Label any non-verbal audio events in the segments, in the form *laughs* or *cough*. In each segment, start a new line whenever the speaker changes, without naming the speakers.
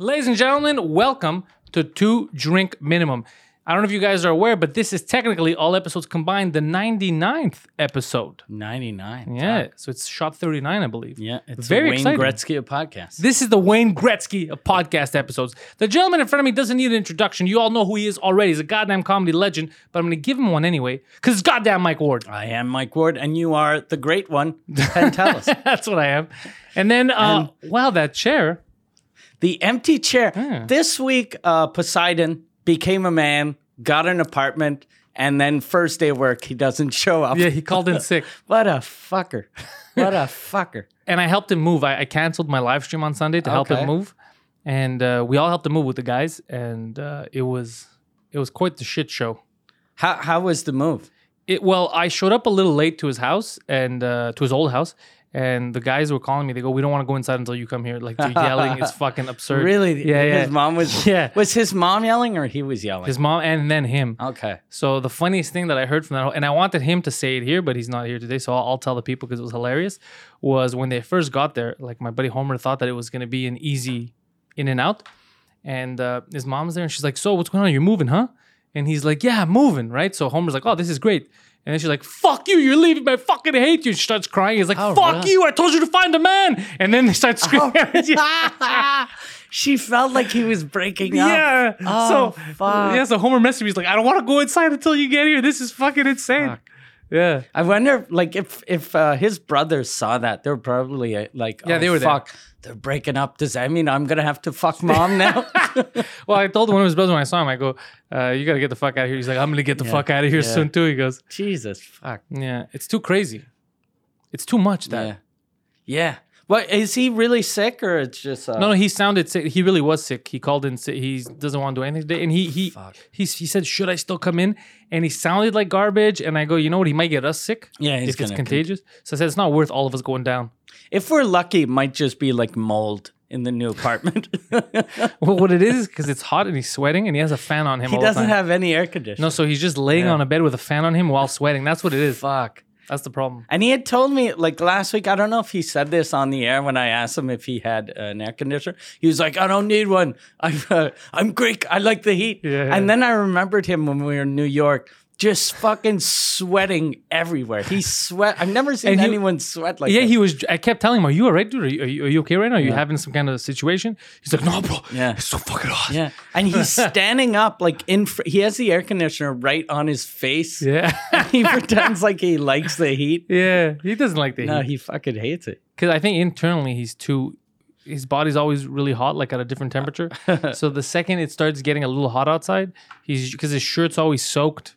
Ladies and gentlemen, welcome to Two Drink Minimum. I don't know if you guys are aware, but this is technically all episodes combined, the 99th episode.
99.
Yeah,
Fuck.
so it's shot 39, I believe.
Yeah. It's
Very
a Wayne
exciting.
Gretzky of podcasts.
This is the Wayne Gretzky of podcast episodes. The gentleman in front of me doesn't need an introduction. You all know who he is already. He's a goddamn comedy legend, but I'm going to give him one anyway because it's goddamn Mike Ward. *laughs*
I am Mike Ward, and you are the great one, Penn Tellis.
That's what I am. And then, uh, wow, that chair.
the empty chair.
Yeah.
This week, uh, Poseidon became a man, got an apartment, and then first day of work, he doesn't show up.
Yeah, he called *laughs* in sick.
What a fucker.
*laughs*
What a fucker.
and I helped him move. I, I canceled my live stream on Sunday to help
Okay.
him move, and uh, we all helped him move with the guys, and uh, it was it was quite the shit show.
How, how was the move?
It well, I showed up a little late to his house and uh, to his old house, and the guys were calling me. They go, "We don't want to go inside until you come here." Like they're yelling,
*laughs*
it's fucking absurd.
Really?
Yeah, yeah.
His mom
*laughs*
was.
Yeah.
Was his mom yelling or he was yelling?
His mom and then him. *laughs*
okay. *laughs*
So the funniest thing that I heard from that, and I wanted him to say it here, but he's not here today, so I'll, I'll tell the people because it was hilarious. Was when they first got there, like my buddy Homer thought that it was gonna be an easy in and out, and uh, his mom's there, and she's like, "So what's going on? You're moving, huh?" And he's like, "Yeah, I'm moving, right?" So Homer's like, "Oh, this is great," and then she's like, "Fuck you! You're leaving. me. I fucking hate you." And she starts crying. He's like,
Oh,
"Fuck
really? Oh.
you! I told you to find a man!" And then they start screaming. *laughs*
she felt like he was breaking up.
Yeah.
Oh,
so
fuck.
yeah, so Homer messaged me. He's like, "I don't want to go inside until you get here. This is fucking insane."
Fuck.
Yeah.
I wonder, like, if if uh, his brothers saw that, they were probably uh, like,
Yeah,
oh,
they were there.
fuck, they're breaking up. Does that mean I'm gonna have to fuck
*laughs*
mom now?" *laughs*
Well, I told one of his brothers when I saw him, I go, uh, "You gotta get the fuck out of here." He's like, "I'm gonna get the fuck out of here
yeah.
soon too." He goes,
Jesus, fuck.
"Yeah, it's too crazy. It's too much." That
Yeah, yeah. What is he really sick or it's just? Uh,
no, no, he sounded sick. He really was sick. He called in sick. He doesn't want to do anything today, and he he
Fuck.
he, he said, "Should I still come in?" And he sounded like garbage. And I go, "You know what? He might get us sick.
Yeah, he's
if it's
gonna con-
contagious." so I said, "It's not worth all of us going down."
If we're lucky, it might just be like mold in the new apartment. *laughs*
well, what it is because it's hot and he's sweating and he has a fan on him.
he
all the
doesn't
time.
have any air conditioning.
No, so he's just laying on a bed with a fan on him while sweating. That's what it is.
fuck.
That's the problem.
And he had told me like last week, I don't know if he said this on the air when I asked him if he had an air conditioner. He was like, I don't need one. I'm, *laughs* uh, I'm Greek. I like the heat.
Yeah.
And then I remembered him when we were in New York, just fucking sweating everywhere. He sweat. I've never seen
And he-
anyone sweat like
yeah,
that.
he was. I kept telling him, "Are you alright, dude? Are you, are you, are you okay right now? Are you having some kind of situation?" He's like, "No, bro.
Yeah.
it's so fucking hot."
yeah. And he's standing up like in, fr- he has the air conditioner right on his
*laughs*
face. *laughs*
yeah,
he pretends like he likes the
*laughs*
heat.
yeah. He doesn't like the
No,
heat
he fucking hates it.
because I think internally he's too. His body's always really hot, like at a different
*laughs*
temperature. so the second it starts getting a little hot outside, he's because his shirt's always soaked.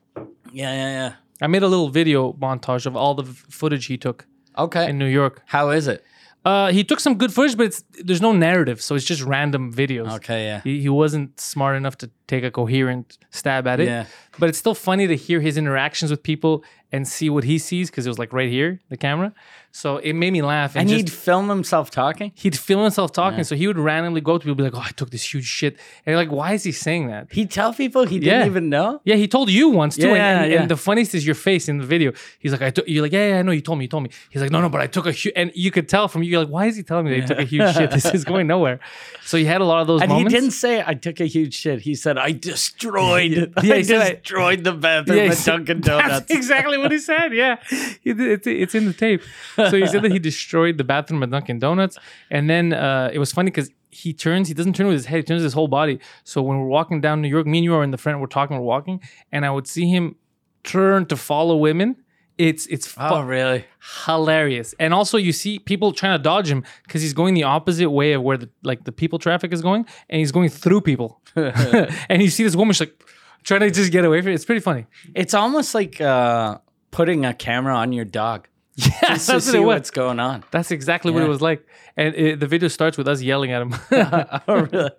Yeah, yeah,
I made a little video montage of all the v- footage he took
yeah. Okay.
in New York.
How is it?
Uh, he took some good footage, but it's there's no narrative, so it's just random videos.
Okay, yeah.
He, he wasn't smart enough to take a coherent stab at it.
Yeah.
But it's still funny to hear his interactions with people and see what he sees because it was like right here, the camera. So it made me laugh.
And
And,
he'd
just,
film himself talking.
he'd feel himself talking. So he would randomly go up to people and be like, oh, I took this huge shit. And you're like, why is he saying that?
He tell people he didn't
Yeah.
even know.
Yeah, he told you once too. and-
Yeah,
and, and
yeah.
the funniest is your face in the video. He's like, I took, you're like, yeah, yeah, I know, you told me, you told me. He's like, no, no, but I took a huge, and you could tell from you, you're like, why is he telling me that he took a huge shit? This is going nowhere. So he had a lot of those
And
moments. *laughs*
he didn't say I took a huge shit. He said I destroyed.
Yeah,
*laughs* I
he said, "I-
destroyed the bathroom
he
at
said-
Dunkin'
That's
Donuts.
exactly what he said. Yeah, He did- it's, it's in the tape. So he said that he destroyed the bathroom at Dunkin' Donuts, and then uh, it was funny because he turns. He doesn't turn with his head. He turns with his whole body. So when we're walking down New York, me and you are in the front. We're talking. We're walking, and I would see him turn to follow women. It's it's fu-
*laughs* Oh really?
hilarious. And also you see people trying to dodge him because he's going the opposite way of where the like the people traffic is going, and he's going through
*laughs*
people. *laughs* and you see this woman, she's like trying to just get away from it. It's pretty
*laughs*
funny.
It's almost like uh, putting a camera on your
*laughs*
dog
Yeah,
just to see what's going
*laughs*
on.
That's exactly what it
Yeah.
was like. And it, the video starts with us yelling at him. *laughs*
Oh, really?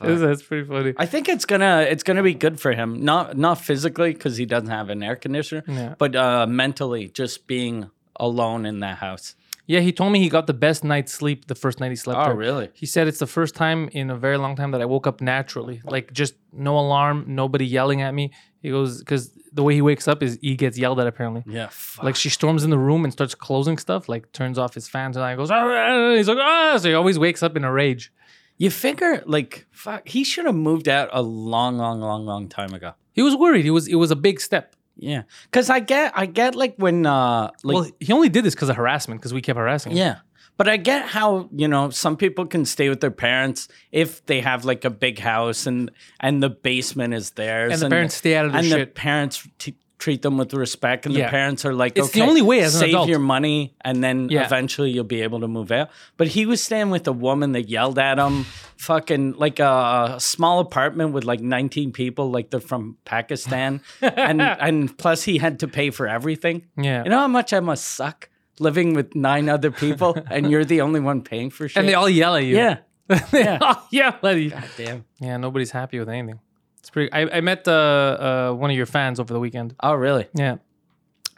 that's, that's pretty funny.
I think it's gonna it's gonna be good for him. Not not physically because he
Mm-hmm.
doesn't have an air conditioner,
Yeah.
but uh, mentally, just being alone in that house.
Yeah, he told me he got the best night's sleep the first night he slept.
Oh,
there.
really?
He said it's the first time in a very long time that I woke up naturally, like just no alarm, nobody yelling at me. He goes because the way he wakes up is he gets yelled at apparently.
Yeah. Fuck.
Like she storms in the room and starts closing stuff, like turns off his fans and I goes, "Ah," he's like, ah, so he always wakes up in a rage.
you figure, like, fuck, he should have moved out a long, long, long, long time ago.
He was worried. He was it was a big step.
Yeah, because I get, I get, like when, uh, like,
well, he only did this because of harassment, because we kept harassing him.
yeah. But I get how you know some people can stay with their parents if they have like a big house and and the basement is theirs
And the parents stay out of their
and the
shit.
parents t- treat them with respect and
Yeah.
the parents are like
It's the
"Okay,
only way as an
save
adult."
your money and then
Yeah.
eventually you'll be able to move out but he was staying with a woman that yelled at him fucking like a, a small apartment with like 19 people like they're from
*laughs*
pakistan and and plus he had to pay for everything
Yeah.
you know how much i must suck living with nine other
*laughs*
people and you're the only one paying for shit
and they all yell at you.
yeah
*laughs* they all yell at you.
damn
Yeah, nobody's happy with anything. It's pretty. I, I met uh, uh, one of your fans over the weekend.
oh really
Yeah,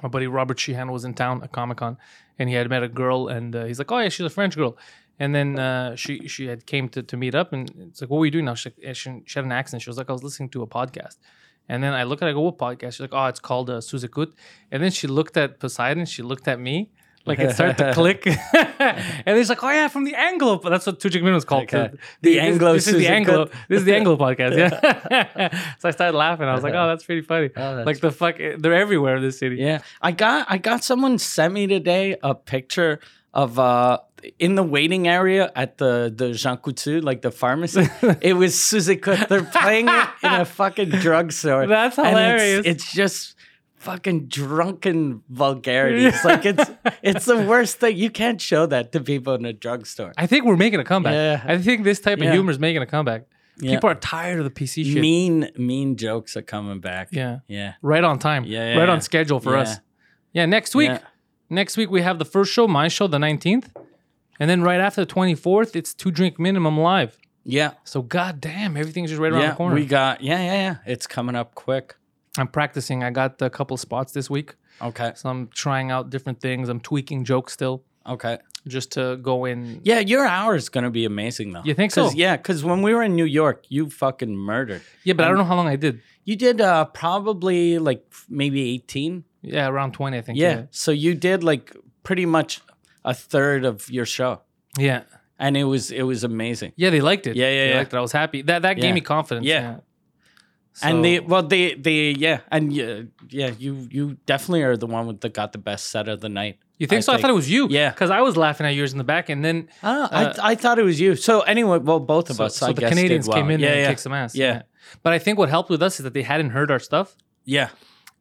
my buddy Robert Sheehan was in town at Comic Con, and he had met a girl, and uh, he's like, "Oh yeah, she's a French girl." And then uh, she she had came to, to meet up, and it's like, "What were you doing now?" She's like, eh, she, she had an accent. She was like, "I was listening to a podcast." And then I look at, it, I go, "What podcast?" She's like, "Oh, it's called uh, Suzukut." And then she looked at Poseidon. She looked at me. Like it started
*laughs*
to click, *laughs* and he's like, "Oh yeah, from the Anglo." But that's what Tujik Min was called.
Okay.
too.
The
This-
Anglo
This, is the
Suzukut.
Anglo. This is the Anglo podcast. Yeah. *laughs* so I started laughing. I was like, "Oh, that's pretty funny."
Oh, that's
like the fuck, they're everywhere in this city.
Yeah, I got I got someone sent me today a picture of uh in the waiting area at the the Jean Coutu, like the
*laughs*
pharmacy. it was Suzy Cook. They're playing it in a fucking
*laughs*
drugstore.
That's
And it's-
hilarious.
It's, just fucking drunken vulgarity.
*laughs*
It's like it's it's the worst thing. You can't show that to people in a drugstore.
I think we're making a comeback.
Yeah.
I think this type
Yeah.
of humor is making a comeback.
Yeah.
People are tired of the PC shit.
Mean mean jokes are coming back.
Yeah.
Yeah.
Right on time.
Yeah, yeah,
right
yeah.
on schedule for us. Yeah. Next week.
Yeah.
Next week we have the first show, my show, the 19th. And then right after the 24th, it's two drink minimum live.
Yeah.
So goddamn, everything's just right around the
Yeah.
corner.
We got yeah, yeah, yeah. It's coming up quick.
I'm practicing. I got a couple spots this week.
Okay.
So I'm trying out different things. I'm tweaking jokes still
Okay.
just to go in.
Yeah, your hour is gonna be amazing though.
You think
Cause,
so?
Yeah, because when we were in New York, you fucking murdered.
Yeah, but I don't
Um,
know how long I did.
You did uh, probably like f- maybe eighteen.
Yeah, around 20, I think.
Yeah. so you did like pretty much a third of your show,
Yeah. Yeah.
and it was it was amazing.
Yeah, they liked it.
Yeah, yeah,
they
yeah.
liked it. I was happy. That that
Yeah.
gave me confidence.
Yeah. and
So-
they well they they yeah and yeah, yeah you you definitely are the one with that got the best set of the night.
you think
I
so? I thought it was you.
Yeah.
because I was laughing at yours in the back, and then
Oh,
Uh,
I I thought it was you. So anyway, well both of
so,
us.
so
I
the
guess did
Canadians
well.
came in
Yeah,
and
yeah,
kicked some ass.
Yeah.
but I think what helped with us is that they hadn't heard our stuff,
yeah.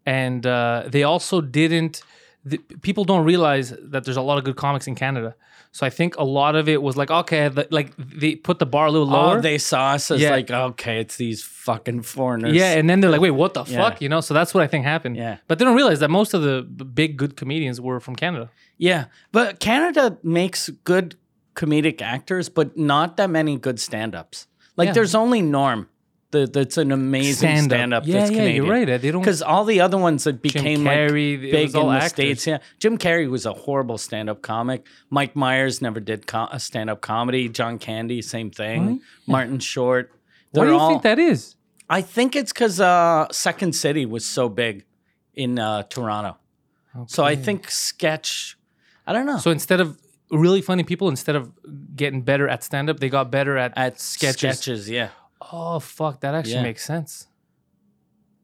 and uh, they also didn't. The, people don't realize that there's a lot of good comics in Canada, so I think a lot of it was like okay, the, like they put the bar a little lower.
Oh, they saw us as
Yeah.
like okay, it's these fucking foreigners.
yeah, and then they're like, "Wait, what the
Yeah.
fuck?" You know. So that's what I think happened.
Yeah.
But they don't realize that most of the b- big good comedians were from Canada.
Yeah, but Canada makes good comedic actors, but not that many good stand-ups. Like
Yeah.
there's only Norm. The, that's an amazing stand-up,
Yeah,
that's
yeah,
Canadian.
you're right. eh? They don't
Because all the other ones that
Jim
became like
Carrey, it
big
was
in
all
the
actors.
states, yeah. Jim Carrey was a horrible stand-up comic. Mike Myers never did co- a stand-up comedy. John Candy, same thing. Martin Short.
What
They're
do you
all-
think that is?
I think it's because uh, Second City was so big in uh, Toronto. So I think sketch. I don't know.
So instead of really funny people, instead of getting better at stand up, they got better at,
at
sketches.
sketches. yeah.
Oh fuck, that actually
Yeah.
makes sense.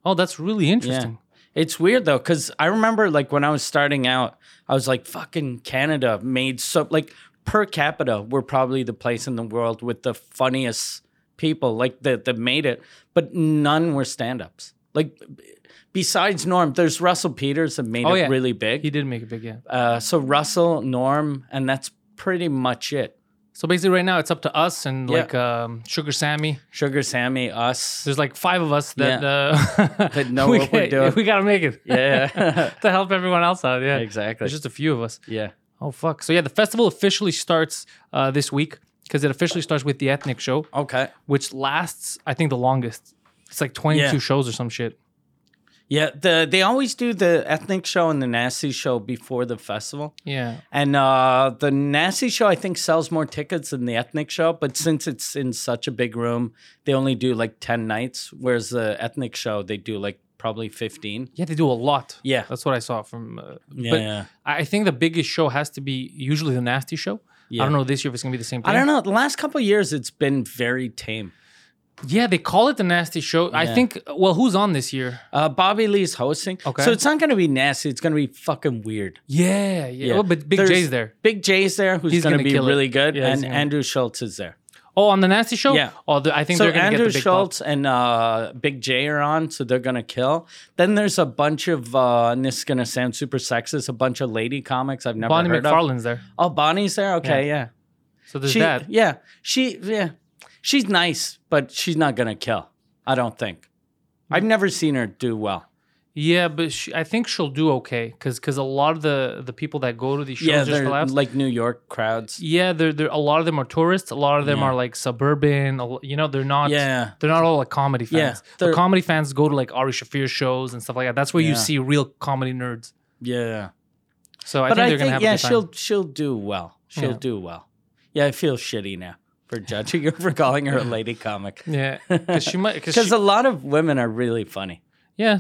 Oh, that's really interesting.
It's weird though, because I remember like when I was starting out, I was like, fucking Canada made so like per capita, we're probably the place in the world with the funniest people, like that that made it, but none were stand-ups. Like b- besides Norm, there's Russell Peters that made
Oh,
it
yeah.
really big.
He did make it big, yeah.
uh, so Russell, Norm, and that's pretty much it.
So basically, right now it's up to us and
Yeah.
like um, Sugar Sammy.
Sugar Sammy,
*laughs*
us.
There's like five of us that
Yeah.
uh,
That know
*laughs* we
what we're
ca-
doing.
We gotta make it. *laughs*
Yeah.
to help everyone else out. Yeah,
exactly.
There's just a few of us.
yeah.
Oh fuck. So yeah, the festival officially starts uh, this week because it officially starts with the ethnic show.
Okay.
which lasts I think the longest. It's like 22
Yeah.
shows or some shit.
Yeah, the they always do the ethnic show and the nasty show before the festival.
Yeah.
And uh, the nasty show I think sells more tickets than the ethnic show, but since it's in such a big room, they only do like 10 nights whereas the ethnic show they do like probably 15.
Yeah, they do a lot.
Yeah.
That's what I saw from. Uh,
Yeah.
But
yeah.
I I think the biggest show has to be usually the nasty show. I don't know this year if it's gonna be the same thing.
I don't know. The last couple of years it's been very tame.
Yeah, they call it the nasty show. I
Yeah.
think. Well, who's on this year?
Uh, Bobby Lee's hosting.
Okay.
So it's not going to be nasty, it's going to be fucking weird.
Yeah, yeah.
Yeah.
Well, Oh, but Big
There's-
J's there.
Big J's there who's
He's
going to
gonna
be
kill it.
really good
Yeah, he's
and
gonna-
Andrew Schultz is there.
Oh, on the nasty show.
Yeah.
Oh, the, I think
so
they're gonna
Andrew
get the big pop.
Schultz and uh, Big J are on, so they're gonna kill. Then there's a bunch of, uh, and this is gonna sound super sexist, a bunch of lady comics I've never
Bonnie
heard of.
McFarlane's there.
Oh, Bonnie's there. Okay, yeah.
So there's
She,
that.
yeah, she, yeah, she's nice, but she's not gonna kill. I don't think. I've never seen her do well.
Yeah, but she, I think she'll do okay because a lot of the the people that go to these shows
yeah,
just
they're
collapse.
like New York crowds.
yeah, they're, they're a lot of them are tourists. A lot of them
Yeah.
are like suburban. a lo- You know, they're not.
Yeah,
They're not all like comedy
Yeah,
fans. the
they're-
comedy fans go to like Ari Shafir shows and stuff like that. That's where you
Yeah.
see real comedy nerds.
yeah.
So I
but
think
I
they're
think
gonna have a
yeah,
good time.
she'll she'll do well. She'll
Yeah.
do well. Yeah, I feel shitty now for judging her for calling
*laughs*
her a lady comic.
Yeah, because she might.
*laughs*
Because
Because a lot of women are really funny.
yeah,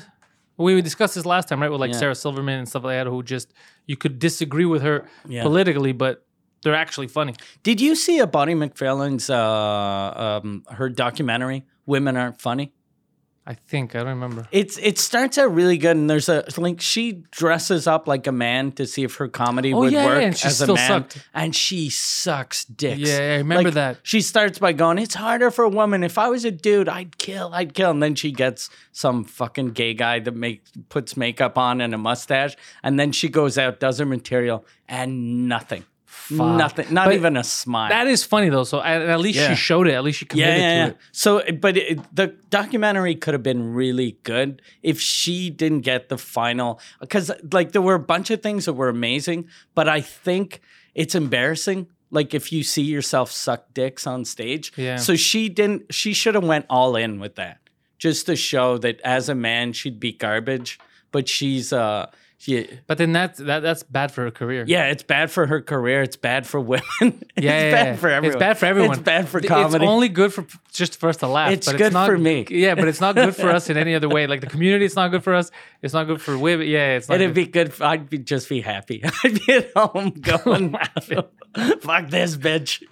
we, we discussed this last time, right? With like
Yeah.
Sarah Silverman and stuff like that, who just you could disagree with her
Yeah.
politically, but they're actually funny.
Did you see a Bonnie McFarlane's uh, um, her documentary? Women aren't funny.
I think I don't remember.
It's it starts out really good, and there's a like she dresses up like a man to see if her comedy
Oh,
would
yeah,
work
yeah, and she
as
still
a man,
sucked.
and she sucks dicks.
Yeah, I remember
Like,
that.
She starts by going, "It's harder for a woman. If I was a dude, I'd kill, I'd kill." And then she gets some fucking gay guy that make puts makeup on and a mustache, and then she goes out, does her material, and nothing, nothing, not
But
even a smile.
That is funny though. So at, at least
Yeah.
she showed it. At least she
yeah,
committed
yeah, yeah.
to it.
So, but it, the documentary could have been really good if she didn't get the final. Because, like, there were a bunch of things that were amazing, but I think it's embarrassing. Like, if you see yourself suck dicks on stage.
Yeah.
So she didn't, she should have went all in with that just to show that as a man, she'd be garbage, but she's, uh, she,
But then that's that, that's bad for her career.
yeah, it's bad for her career. It's bad for *laughs* women. it's
Yeah, yeah,
bad
yeah.
for everyone.
It's bad for everyone.
It's bad for
Th-
comedy.
It's only good for p- just for us to laugh.
It's
but
good
it's not,
for me.
Yeah, but it's not good for us in any other way.
*laughs*
Like the community, it's not good for us. It's not good for women. Yeah, it's not.
It'd
good.
be good. If I'd be just be happy. *laughs* I'd be at
*laughs*
home going, "Fuck this bitch."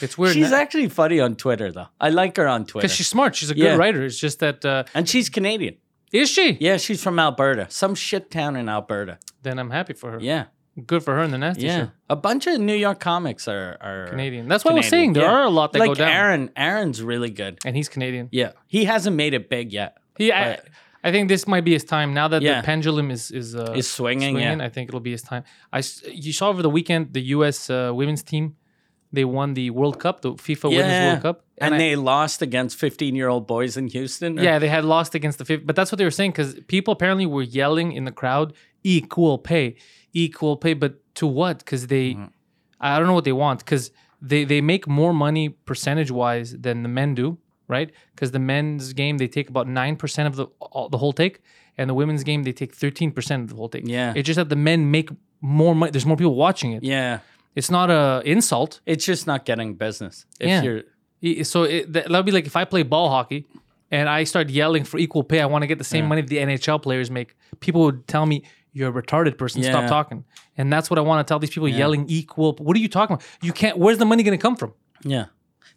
it's weird.
she's
She's
actually funny on Twitter, though. I like her on Twitter,
because she's smart. She's a good
Yeah.
writer. It's just that uh,
and she's Canadian.
is she?
Yeah, she's from Alberta, some shit town in Alberta.
Then I'm happy for her.
Yeah,
Good for her and the nasty
yeah.
show.
A bunch of New York comics are are
Canadian. That's what I was saying.
Canadian,
There are
yeah.
a lot that
like
go down,
Aaron. Aaron's really good.
and he's Canadian.
Yeah, he hasn't made it big yet.
He, I,
But-
I think this might be his time now that
Yeah.
the pendulum is is uh,
Is swinging, yeah.
I think it'll be his time. I s- you saw over the weekend the U.S. Uh, women's team, they won the World Cup, the FIFA Women's
Yeah.
World Cup,
And,
I-
they lost against 15 year old boys in Houston.
yeah they had lost against the FIFA. But that's what they were saying because people apparently were yelling in the crowd, equal pay, equal pay. But to what? Because they,
Mm-hmm.
I don't know what they want because they they make more money percentage wise than the men do, right? Because the men's game they take about nine percent of the all, the whole take, and the women's game they take thirteen percent of the whole take.
Yeah.
it's just that the men make more money. There's more people watching it.
yeah.
It's not a insult.
It's just not getting business. If
Yeah.
you're
I- So it, that would be like if I play ball hockey and I start yelling for equal pay, I want to get the same money the NHL players make. People would tell me, you're a retarded person, stop
Yeah.
talking. And that's what I want to tell these people yelling equal. What are you talking about? You can't, where's the money going to come from?
Yeah.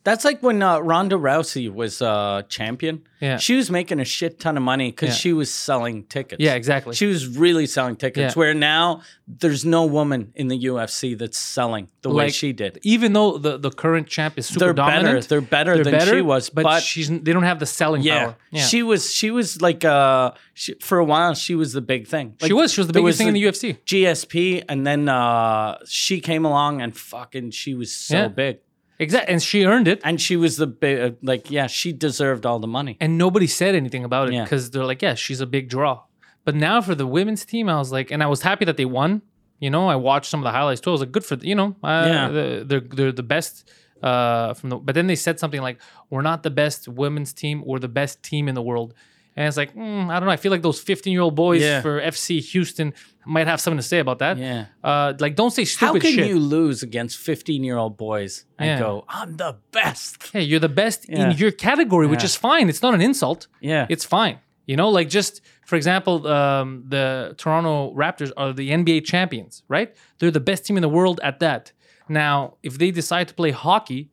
That's like when uh, Ronda Rousey was uh, champion.
Yeah.
She was making a shit ton of money because
Yeah.
she was selling tickets.
Yeah, exactly.
She was really selling tickets,
Yeah.
where now there's no woman in the UFC that's selling the way
Like,
she did.
Even though the, the current champ is super
They're
dominant,
better. They're better than she was,
but,
but,
she's they don't have the selling
yeah,
power. Yeah. She,
she was. She was like uh, she, for a while. She was the big thing. Like,
was. She was the
there
biggest thing in
the
the UFC.
GSP, and then uh, she came along and fucking she was so
Yeah.
big,
Exactly. And she earned it.
and she was the big like yeah, she deserved all the money.
and nobody said anything about it
Yeah.
because they're like, yeah, she's a big draw. But now for the women's team, I was like, and I was happy that they won. You know, I watched some of the highlights too. I was like, good for the, you know, uh,
Yeah.
the- they're they're the best. Uh, from the but then they said something like, we're not the best women's team, we're the best team in the world. And it's like, mm, I don't know. I feel like those 15 year old boys
Yeah.
for FC Houston might have something to say about that.
Yeah.
Uh, like, don't say
How
stupid
can
shit.
you lose against 15 year old boys and
Yeah.
go, I'm the best?
yeah, you're the best
Yeah.
in your category, which
Yeah.
is fine. It's not an insult.
Yeah.
It's fine. You know, like just for example, um, the Toronto Raptors are the NBA champions, right? They're the best team in the world at that. Now, if they decide to play hockey,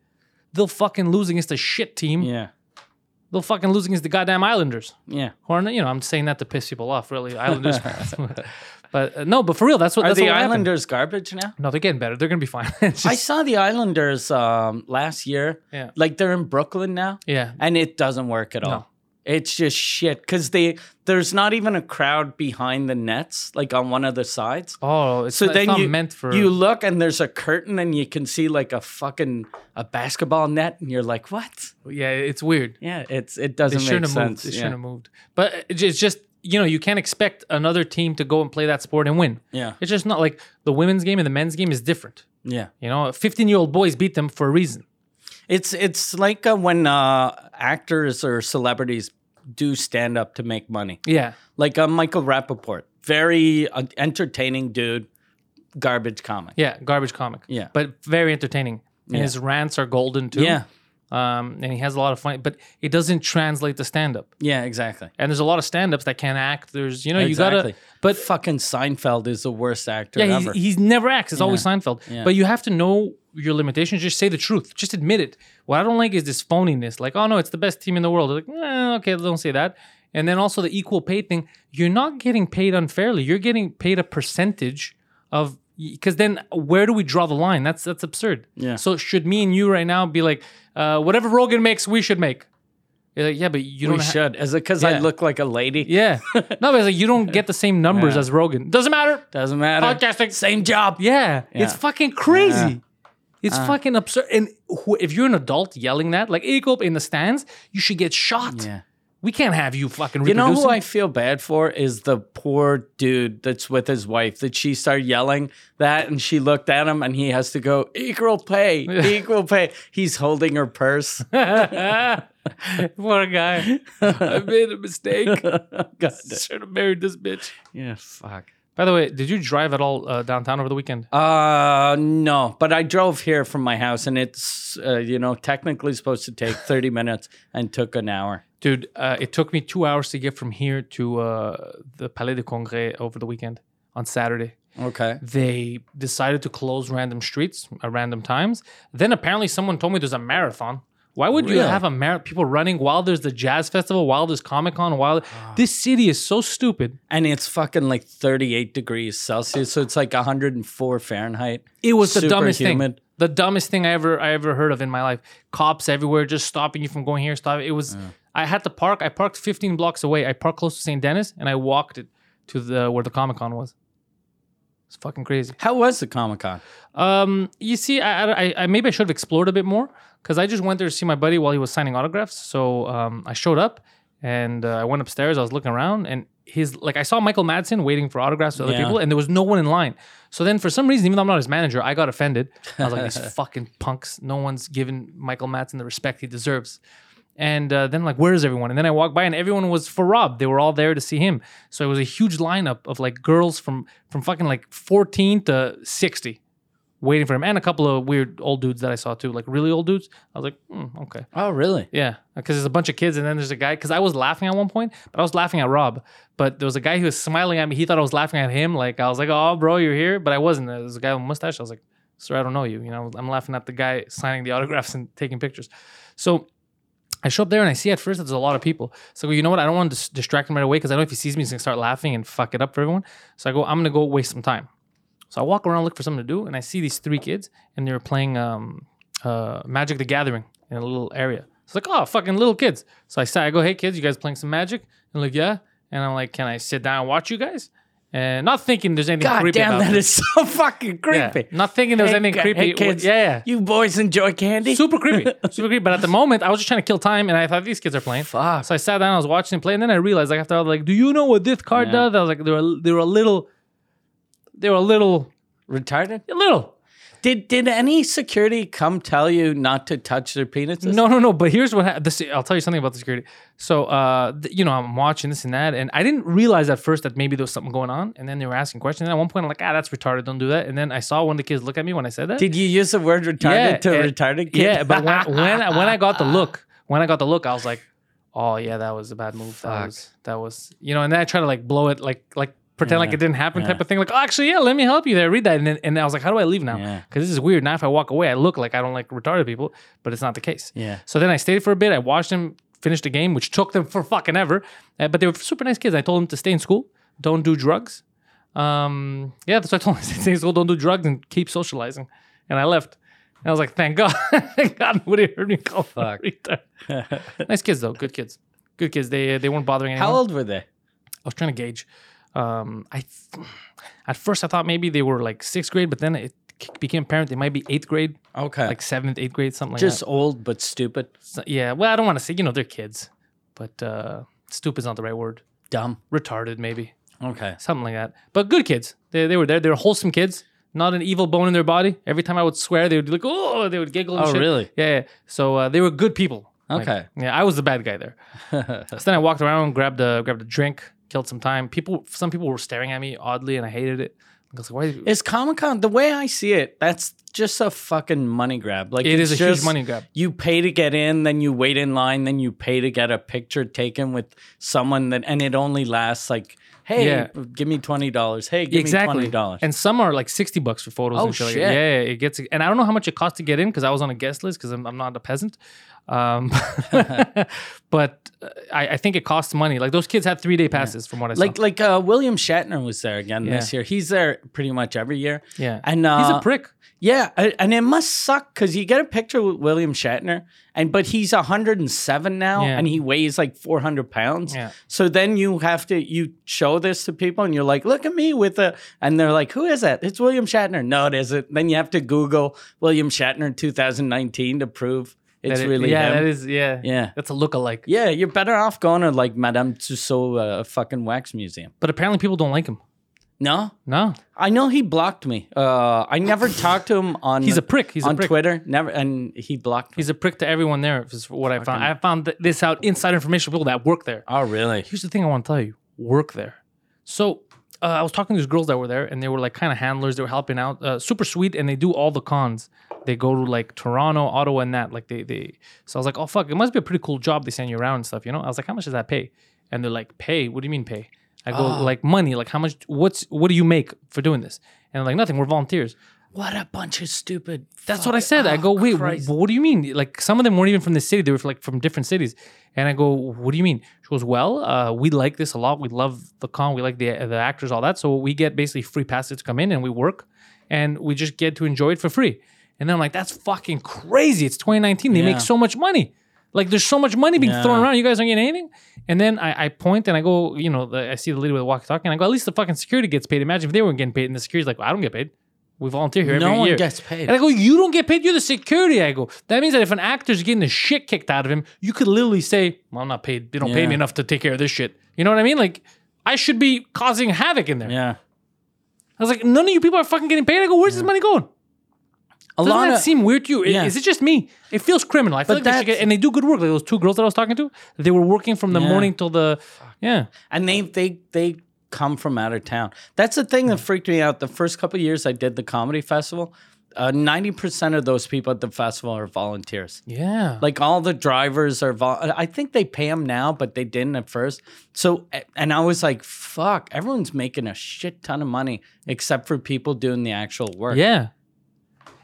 they'll fucking lose against a shit team.
yeah.
They'll fucking lose against the goddamn Islanders.
Yeah.
Or you know, I'm saying that to piss people off,
*laughs*
really. Islanders, *laughs* but uh, no, but for real, that's what
Are
that's
the
what happened.
Islanders garbage now?
No, they're getting better. They're gonna be fine. *laughs* It's
I
just-
saw the Islanders um, last year.
Yeah.
Like they're in Brooklyn now.
yeah,
and it doesn't work at all.
No.
It's just shit because they there's not even a crowd behind the nets, like on one of the sides.
Oh, it's,
So
not,
then
it's not
you-
meant for
You look and there's a curtain and you can see like a fucking a basketball net, and you're like, what?
Yeah, it's weird.
Yeah, it's it
They
doesn't
shouldn't
make
have moved.
sense.
They
yeah.
shouldn't have moved. But it's ju- it's just you know you can't expect another team to go and play that sport and win.
yeah,
It's just not like the women's game and the men's game is different.
yeah.
You know, 15 year old boys beat them for a reason.
It's it's like uh, when uh, actors or celebrities do stand up to make money.
Yeah,
Like uh, Michael Rappaport, very uh, entertaining dude, garbage comic.
yeah, garbage comic.
Yeah.
but very entertaining. And
Yeah.
his rants are golden too.
Yeah,
um, and he has a lot of fun. But it doesn't translate to stand up.
yeah, exactly.
And there's a lot of stand ups that can't act. There's you know you
Exactly.
gotta but
fucking Seinfeld is the worst actor
Yeah,
ever.
he's, he's never acts. It's always Seinfeld.
Yeah.
But you have to know your limitations. Just say the truth. Just admit it. What I don't like is this phoniness. Like, oh no, it's the best team in the world. Like, eh, okay, don't say that. And then also the equal pay thing. You're not getting paid unfairly. You're getting paid a percentage of. Because then, where do we draw the line? That's that's absurd.
Yeah.
So should me and you right now be like, uh, whatever Rogan makes, we should make. You're like, yeah, but you
we
don't. ha-
should. Is it because I
Yeah.
look like a lady?
yeah. no, but it's like you don't get the same numbers
Yeah.
as Rogan. Doesn't matter.
Doesn't matter.
Podcasting.
Same job.
Yeah, it's
Yeah.
fucking crazy.
Yeah. Uh.
It's fucking absurd. And wh- if you're an adult yelling that, like equal in the stands, you should get shot.
Yeah.
We can't have you fucking.
You know who
reproducing.
I feel bad for is the poor dude that's with his wife that she started yelling that and she looked at him and he has to go, equal *laughs* pay, equal pay. He's holding her purse.
*laughs* Ah, Poor guy. I
*laughs*
made a mistake. *laughs*
*laughs* God.
Should have married this bitch.
Yeah, fuck.
By the way, did you drive at all uh, downtown over the weekend?
Uh, no, but I drove here from my house and it's, uh, you know, technically supposed to *laughs* take 30 minutes and took an hour.
Dude, uh, it took me two hours to get from here to uh, the Palais de Congrès over the weekend on Saturday.
Okay.
they decided to close random streets at random times. Then apparently someone told me there's a marathon. Why would you
Really?
have a mar- people running while there's the jazz festival, while there's Comic Con, while this city is so stupid.
and it's fucking like 38 degrees Celsius, so it's like 104 Fahrenheit.
It was the
Super
dumbest
humid.
thing. The dumbest thing I ever I ever heard of in my life. Cops everywhere just stopping you from going here. Stop. It was I had to park. I parked 15 blocks away. I parked close to St. Denis and I walked it to the where the Comic Con was. It's fucking crazy.
How was the Comic Con?
Um, you see, I, I- I, I maybe I should have explored a bit more because I just went there to see my buddy while he was signing autographs. So um, I showed up and uh, I went upstairs. I was looking around and his like I saw Michael Madsen waiting for autographs with other
Yeah.
people, and there was no one in line. So then, for some reason, even though I'm not his manager, I got offended. I was like, these fucking punks. No one's given Michael Madsen the respect he deserves. And uh, then like, where is everyone? And then I walked by, and everyone was for Rob. They were all there to see him. So it was a huge lineup of like girls from from fucking like 14 to 60 waiting for him, and a couple of weird old dudes that I saw too, like really old dudes. I was like, hmm, okay,
Oh, really?
yeah, because there's a bunch of kids, and then there's a guy. Because I was laughing at one point, but I was laughing at Rob. But there was a guy who was smiling at me. He thought I was laughing at him. Like I was like, oh, bro, you're here, but I wasn't. There was a guy with a mustache. I was like, sir, I don't know you. You know, I'm laughing at the guy signing the autographs and taking pictures. So. I show up there and I see at first that there's a lot of people. So I go, you know what? I don't want to dis- distract him right away because I know if he sees me, he's gonna start laughing and fuck it up for everyone. So I go, I'm gonna go waste some time. So I walk around, look for something to do, and I see these three kids, and they were playing um, uh, Magic the Gathering in a little area. So I was like, oh, fucking little kids. So I sat, I go, hey, kids, you guys playing some Magic? And they're like, yeah. And I'm like, can I sit down and watch you guys? And not thinking there's anything
God
creepy
damn,
about
that
it.
is so *laughs* fucking
Yeah.
creepy.
Not thinking there was
Hey,
anything
gu-
creepy.
hey,
It was-
kids.
yeah, yeah.
You boys enjoy candy?
Super creepy.
*laughs*
Super creepy. But at the moment, I was just trying to kill time, and I thought these kids are playing.
Fuck.
So I sat down, I was watching him play, and then I realized like after I was like, do you know what this card
Yeah.
does? I was like, they were they were a little, they were a little,
Retarded?
a little.
Did did any security come tell you not to touch their penises?
No, no, no. But here's what ha- this, I'll tell you something about the security. So, uh, th- you know, I'm watching this and that, and I didn't realize at first that maybe there was something going on. And then they were asking questions. And at one point, I'm like, ah, that's retarded. Don't do that. And then I saw one of the kids look at me when I said that.
Did you use the word retarded
Yeah,
to a
and-
retarded kid?
yeah, but when
*laughs*
when I, when I got the look, when I got the look, I was like, oh yeah, that was a bad move. That
Fuck.
was that was you know. And then I try to like blow it, like like pretend like
Yeah,
it didn't happen,
yeah.
type of thing. Like, oh, actually, yeah, let me help you there. Read that, and then and I was like, how do I leave now?
Yeah.
Because this is weird. Now if I walk away, I look like I don't like retarded people, but it's not the case.
Yeah.
So then I stayed for a bit. I watched them finish the game, which took them for fucking ever. Uh, but they were super nice kids. I told them to stay in school, don't do drugs. Um, yeah, that's what I told them. *laughs* Stay in school, don't do drugs, and keep socializing. And I left. And I was like, thank God. *laughs* thank God nobody heard me call Fuck.
*laughs*
nice kids, though. Good kids. Good kids. They they weren't bothering anyone.
How old were they?
I was trying to gauge. Um, I th- At first, I thought maybe they were like sixth grade, but then it became apparent they might be eighth grade,
Okay.
like seventh, eighth grade, something like that.
just old but stupid.
So- yeah, well, I don't want to say, you know, they're kids, but uh, stupid's not the right word.
Dumb.
Retarded, maybe
Okay.
something like that. But good kids. They, they were there. They were wholesome kids. Not an evil bone in their body. Every time I would swear, they would be like, oh, they would giggle. And
Oh,
shit.
really?
Yeah. yeah. So uh, they were good people. Like,
Okay.
yeah, I was the bad guy
*laughs*
there. so then I walked around, grabbed a grabbed a drink, killed some time. People, some people were staring at me oddly, and I hated it. I was like, why?
Is Comic Con the way I see it? That's just a fucking money grab. Like
it is a
it's
huge
just-
money grab.
You pay to get in, then you wait in line, then you pay to get a picture taken with someone that, and it only lasts like, hey,
Yeah.
give me twenty dollars. Hey, give me twenty dollars.
And some are like sixty bucks for photos.
Oh,
and shit. like that.
shit.
yeah, yeah, it gets. And I don't know how much it costs to get in because I was on a guest list because I'm, I'm not a peasant.
*laughs*
Um, *laughs* but uh, I, I think it costs money. Like those kids had three day passes from what I
Like
saw.
like uh, William Shatner was there again this
Yeah.
year. He's there pretty much every year.
Yeah,
And uh,
he's a prick.
Yeah, a- and it must suck because you get a picture with William Shatner, and but he's 107 now,
Yeah.
and he weighs like 400 pounds.
Yeah.
So then you have to you show this to people, and you're like, "Look at me with a," and they're like, "Who is that?" It's William Shatner. No, it isn't. Then you have to Google William Shatner 2019 to prove it's
That it-
really
yeah,
him.
that is yeah,
yeah.
That's a lookalike.
Yeah, you're better off going to like Madame Tussauds uh, fucking wax museum.
But apparently people don't like him.
No,
No,
I know he blocked me. Uh, I never talked to him on.
he's a prick. He's
on
a prick.
Twitter. Never, and he blocked. me.
He's a prick to everyone there. Is what I found. I found th- this out inside information from people that work there.
Oh, really?
here's the thing I want to tell you work there. So uh, I was talking to these girls that were there, and they were like kind of handlers. They were helping out, uh, super sweet, and they do all the cons. They go to like Toronto, Ottawa, and that. Like they they. So I was like, oh fuck, it must be a pretty cool job. They send you around and stuff, you know. I was like, how much does that pay? And they're like, pay? What do you mean pay? I go like money. Like how much? What's what do you make for doing this? And they're like nothing. We're volunteers.
What a bunch of stupid.
That's what I said. I
Oh,
go, wait, wh- what do you mean? Like some of them weren't even from the city; they were like from different cities. And I go, what do you mean? She goes, well, uh, we like this a lot. We love the con. We like the the actors, all that. So we get basically free passes to come in, and we work, and we just get to enjoy it for free. And then I'm like, that's fucking crazy. It's 2019. They
Yeah.
make so much money. Like there's so much money being thrown
Yeah.
around. You guys aren't getting anything. And then I, I point and I go, you know, the, I see the lady with a walkie-talkie, and I go, at least the fucking security gets paid. Imagine if they weren't getting paid, and the security's like, well, I don't get paid. We volunteer here.
No
every
one
year.
gets paid.
And I go, you don't get paid. You're the security. I go, that means that if an actor's getting the shit kicked out of him, you could literally say, well, I'm not paid. They don't pay
Yeah.
me enough to take care of this shit. You know what I mean? Like, I should be causing havoc in there.
Yeah.
I was like, none of you people are fucking getting paid. I go, where's this money going? Doesn't
Alana,
that seem weird to you? I-
Yeah.
Is it just me? It feels criminal. I feel like
But
they should
that's-
get, and they do good work. Like those two girls that I was talking to, they were working from the
Yeah.
morning till the, yeah.
and they they they come from out of town. That's the thing that freaked me out. The first couple of years I did the comedy festival, uh, ninety percent of those people at the festival are volunteers.
Yeah.
Like all the drivers are, vol- I think they pay them now, but they didn't at first. So, and I was like, "Fuck!" Everyone's making a shit ton of money, except for people doing the actual work.
Yeah.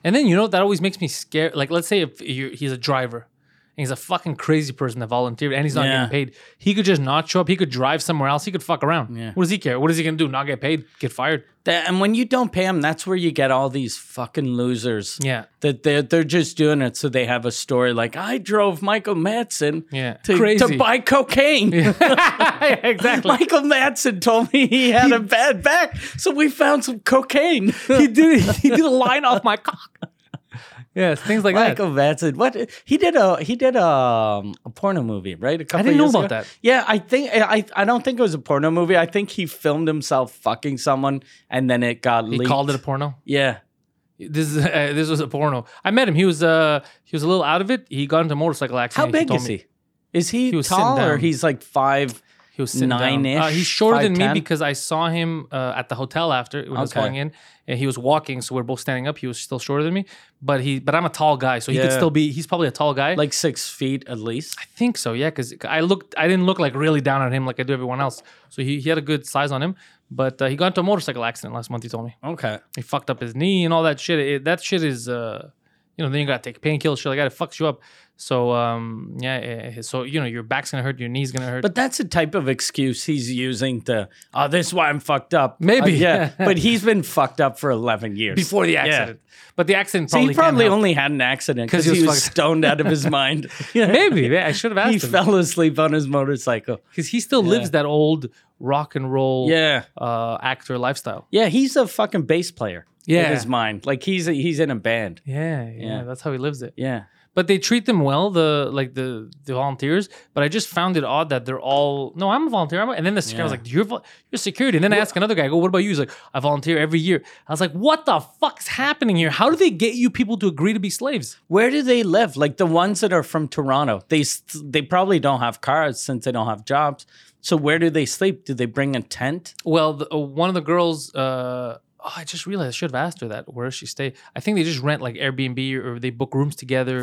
And then you know that always makes me scared. Like, let's say if you he's a driver and he's a fucking crazy person that volunteered and he's not
Yeah.
getting paid, he could just not show up. He could drive somewhere else. He could fuck around.
Yeah.
What does he care? What is he gonna do? Not get paid? Get fired?
That- and when you don't pay them, that's where you get all these fucking losers. *laughs*
Yeah. *laughs*
that they're, they're just doing it so they have a story like I drove Michael Madsen
Yeah.
to,
Crazy.
to buy cocaine.
exactly. *laughs*
*laughs* Michael Madsen told me he had a bad back, so we found some cocaine.
*laughs* he
*laughs*
did. He did a line off my cock. Yeah, things like that.
Michael Madsen, what he did a he did a, um, a porno movie, right? A couple
didn't know
years
about
ago.
that.
Yeah, I think I I don't think it was a porno movie. I think he filmed himself fucking someone, and then it got
He
leaked.
called it a porno.
yeah.
This is, *laughs* uh, this was a porno. I met him. He was uh he was a little out of it. He got into a motorcycle
How
accident.
big
told
is
me.
he? Is he,
He was sitting
tall or
down.
he's like five?
He was sitting down.
Nine-ish,
Uh, he's shorter than me
5'10"?
because I saw him uh, at the hotel after when I was
Okay.
going in, and he was walking. So we're both standing up. He was still shorter than me, but he but I'm a tall guy, so he could
Yeah.
still be. He's probably a tall guy.
Like six feet at least.
I think so, yeah. Because I looked, I didn't look like really down on him like I do everyone else. So he, he had a good size on him, but uh, he got into a motorcycle accident last month. He told me
Okay.
he fucked up his knee and all that shit. It, that shit is, uh, you know, then you gotta take painkillers, shit like that. It fucks you up. So um, yeah, eh, eh, so you know, your back's gonna hurt, your knee's gonna hurt.
But that's a type of excuse he's using to, oh, this is why I'm fucked up.
Maybe.
Uh,
*laughs*
yeah. but he's been fucked up for 11 years.
before the
Yeah.
accident, but the accident
So
probably
he probably
can't help.
only had an accident
'Cause
because
he
he was,
was fucked-
stoned out
*laughs*
of his mind.
maybe
*laughs*
yeah, I *laughs* should have
he
asked him
fell asleep on his motorcycle.
because he still lives that old rock and roll
Yeah.
uh, actor lifestyle.
Yeah, he's a fucking bass player.
Yeah.
In his mind. Like he's he's in a band.
Yeah, yeah,
Yeah.
that's how he lives it.
Yeah.
but they treat them well the like the the volunteers but i just found it odd that they're all no i'm a volunteer I'm a-" and then the security I was
Yeah.
like you're, vol- you're security and then i asked another guy I go what about you he's like i volunteer every year i was like what the fuck's happening here how do they get you people to agree to be slaves
Where do they live? Like the ones that are from Toronto, they s- they probably don't have cars since they don't have jobs. So where do they sleep? Do they bring a tent?
well the, uh, one of the girls uh Oh, I just realized I should have asked her that. Where does she stay? I think they just rent like Airbnb or they book rooms together,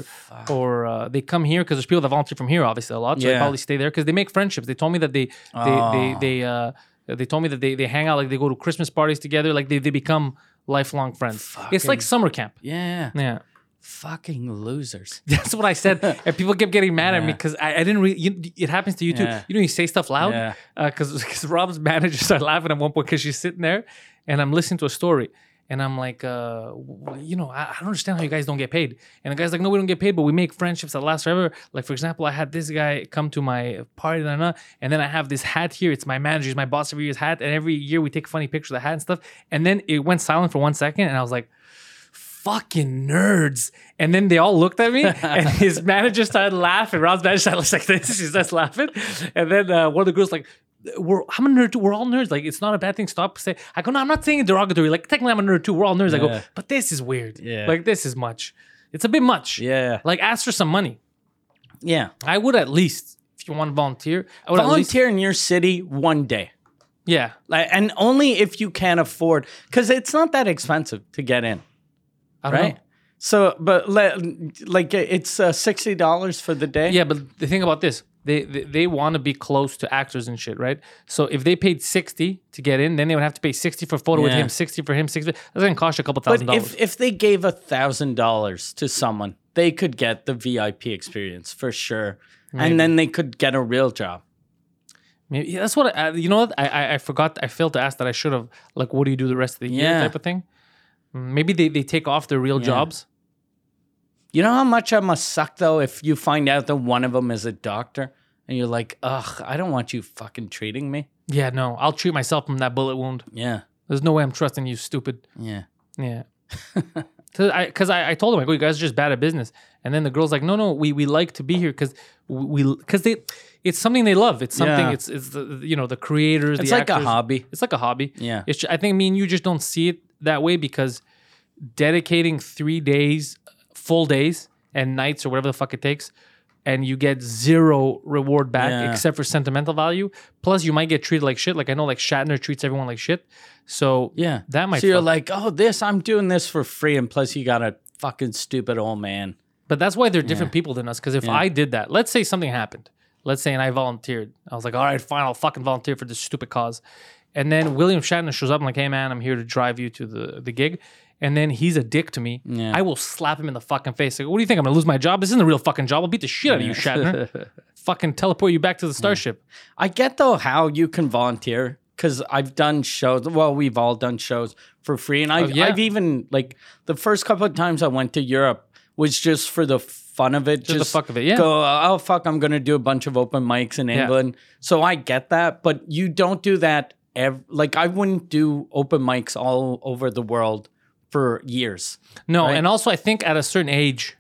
or uh, they come here because there's people that volunteer from here, obviously a lot. So they
Yeah. Oh.
probably stay there because they make friendships. They told me that they they they they uh they told me that they they hang out like they go to Christmas parties together, like they, they become lifelong friends. It's like
Fucking-
summer camp.
Yeah,
Yeah,
fucking losers.
*laughs* that's what I said, and people kept getting mad at me
Yeah.
because I, I didn't. Re- you, it happens to you too.
Yeah.
You know, you say stuff loud
Yeah.
because Rob's *laughs* manager started laughing at one point because she's sitting there, and I'm listening to a story. And I'm like, uh, w- you know, I, I don't understand how you guys don't get paid. And the guy's like, no, we don't get paid, but we make friendships that last forever. Like, for example, I had this guy come to my party, da, da, da, and then I have this hat here. It's my manager's, my boss every year's hat. And every year we take funny pictures of the hat and stuff. And then it went silent for one second, and I was like, fucking nerds. And then they all looked at
*laughs*
me, and his manager started laughing. Rob's manager started like *laughs* this. She starts laughing. And then uh, one of the girls, like, we're I'm a nerd too. We're all nerds. Like it's not a bad thing. Stop say I go, no, I'm not saying it derogatory. Like technically I'm a nerd too. We're all nerds. I go,
Yeah.
but this is weird.
Yeah.
Like this is much. It's a bit much.
Yeah,
Like ask for some money.
yeah.
I would at least, if you want to volunteer, I would at least
Volunteer in your city one day,
Yeah.
like, and only if you can afford, because it's not that expensive to get in,
I don't
right?
know.
So, but le- like it's uh, sixty dollars for the day.
Yeah, but the thing about this, they they, they want to be close to actors and shit, right? So if they paid sixty to get in, then they would have to pay sixty for photo with
Yeah.
him, sixty for him, sixty. That's gonna cost you a couple thousand
But
dollars.
if if they gave a thousand dollars to someone, they could get the VIP experience for sure, and then they could get a real job.
Maybe yeah, that's what I, you know. What I, I I forgot. I failed to ask that. I should have. Like, what do you do the rest of the year?
Yeah.
Type of thing. Mm, Maybe they, they take off their real jobs.
You know how much I must suck though if you find out that one of them is a doctor and you're like, ugh, I don't want you fucking treating me.
Yeah, no. I'll treat myself from that bullet wound.
Yeah,
There's no way I'm trusting you, stupid.
yeah. *laughs*
Yeah. Because I, 'cause I, I told him, I go, you guys are just bad at business. And then the girl's like, no, no, we, we like to be here because we, because they, it's something they love. It's something,
Yeah.
it's, it's the, you know, the creators,
It's
the
like a
actors.
hobby.
It's like a hobby.
Yeah.
It's ju- I think me and you just don't see it that way because dedicating three days, full days and nights or whatever the fuck it takes, and you get zero reward back
Yeah.
except for sentimental value. Plus, you might get treated like shit. Like I know, like Shatner treats everyone like shit. So
Yeah.
that might.
so you're
fuck-
like, oh, this, I'm doing this for free. And plus, you got a fucking stupid old man.
but that's why they're different people than us. Because if
Yeah.
I did that, let's say something happened. Let's say, and I volunteered. I was like, all right, fine, I'll fucking volunteer for this stupid cause. And then William Shatner shows up and like, hey man, I'm here to drive you to the, the gig. And then he's a dick to me.
Yeah.
I will slap him in the fucking face. Like, what do you think? I'm gonna lose my job? This isn't a real fucking job. I'll beat the shit out of you, Shatner.
*laughs*
fucking teleport you back to the starship.
I get though how you can volunteer because I've done shows. Well, we've all done shows for free, and I've,
Oh, yeah.
I've even like the first couple of times I went to Europe was just for the fun of it. Just,
the fuck of it, yeah.
Go, oh fuck, I'm gonna do a bunch of open mics in England, so I get that. But you don't do that. Ev- like I wouldn't do open mics all over the world for years.
No, and also I think at a certain age,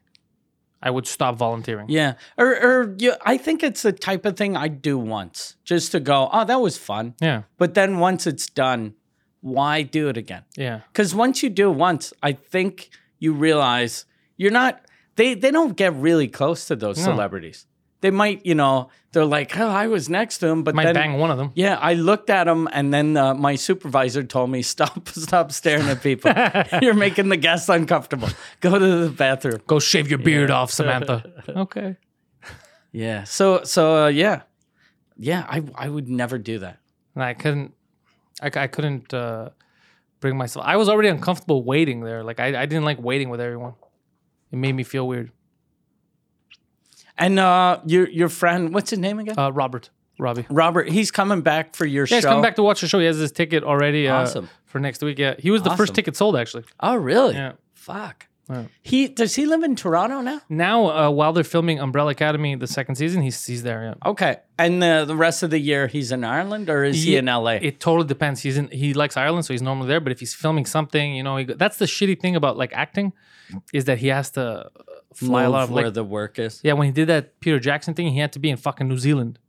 I would stop volunteering.
Yeah, or or you, I think it's the type of thing I do once just to go. Oh, that was fun.
Yeah.
But then once it's done, why do it again?
Yeah.
Because once you do it once, I think you realize you're not. They they don't get really close to those
No.
celebrities. They might, you know, they're like, oh, I was next to him, but
Might
then
bang one of them.
yeah, I looked at him, and then uh, my supervisor told me, stop, *laughs* stop staring
*laughs*
at people. you're making the guests uncomfortable. Go to the bathroom.
Go shave your beard off,
*laughs*
Samantha. okay.
Yeah. So so uh, yeah, yeah. I I would never do that.
And I couldn't, I, c- I couldn't uh, bring myself. I was already uncomfortable waiting there. Like I, I didn't like waiting with everyone. It made me feel weird.
And uh, your your friend, what's his name again?
Uh, Robert, Robbie.
Robert. He's coming back for your show.
Yeah, he's coming back to watch the show. He has his ticket already. Uh,
Awesome.
For next week. Yeah, he was the first
Awesome.
ticket sold actually.
Oh really?
Yeah.
Fuck.
Yeah.
He does he live in Toronto now?
Now, uh, while they're filming Umbrella Academy the second season, he's he's there. Yeah.
Okay. And the the rest of the year he's in Ireland or is he
Ye-
in LA?
It totally depends. He's in, he likes Ireland, so he's normally there. But if he's filming something, you know, he, go- that's the shitty thing about like acting, is that he has to uh, fly a lot
Move
of
where
like
the work is.
yeah. When he did that Peter Jackson thing, he had to be in fucking New Zealand.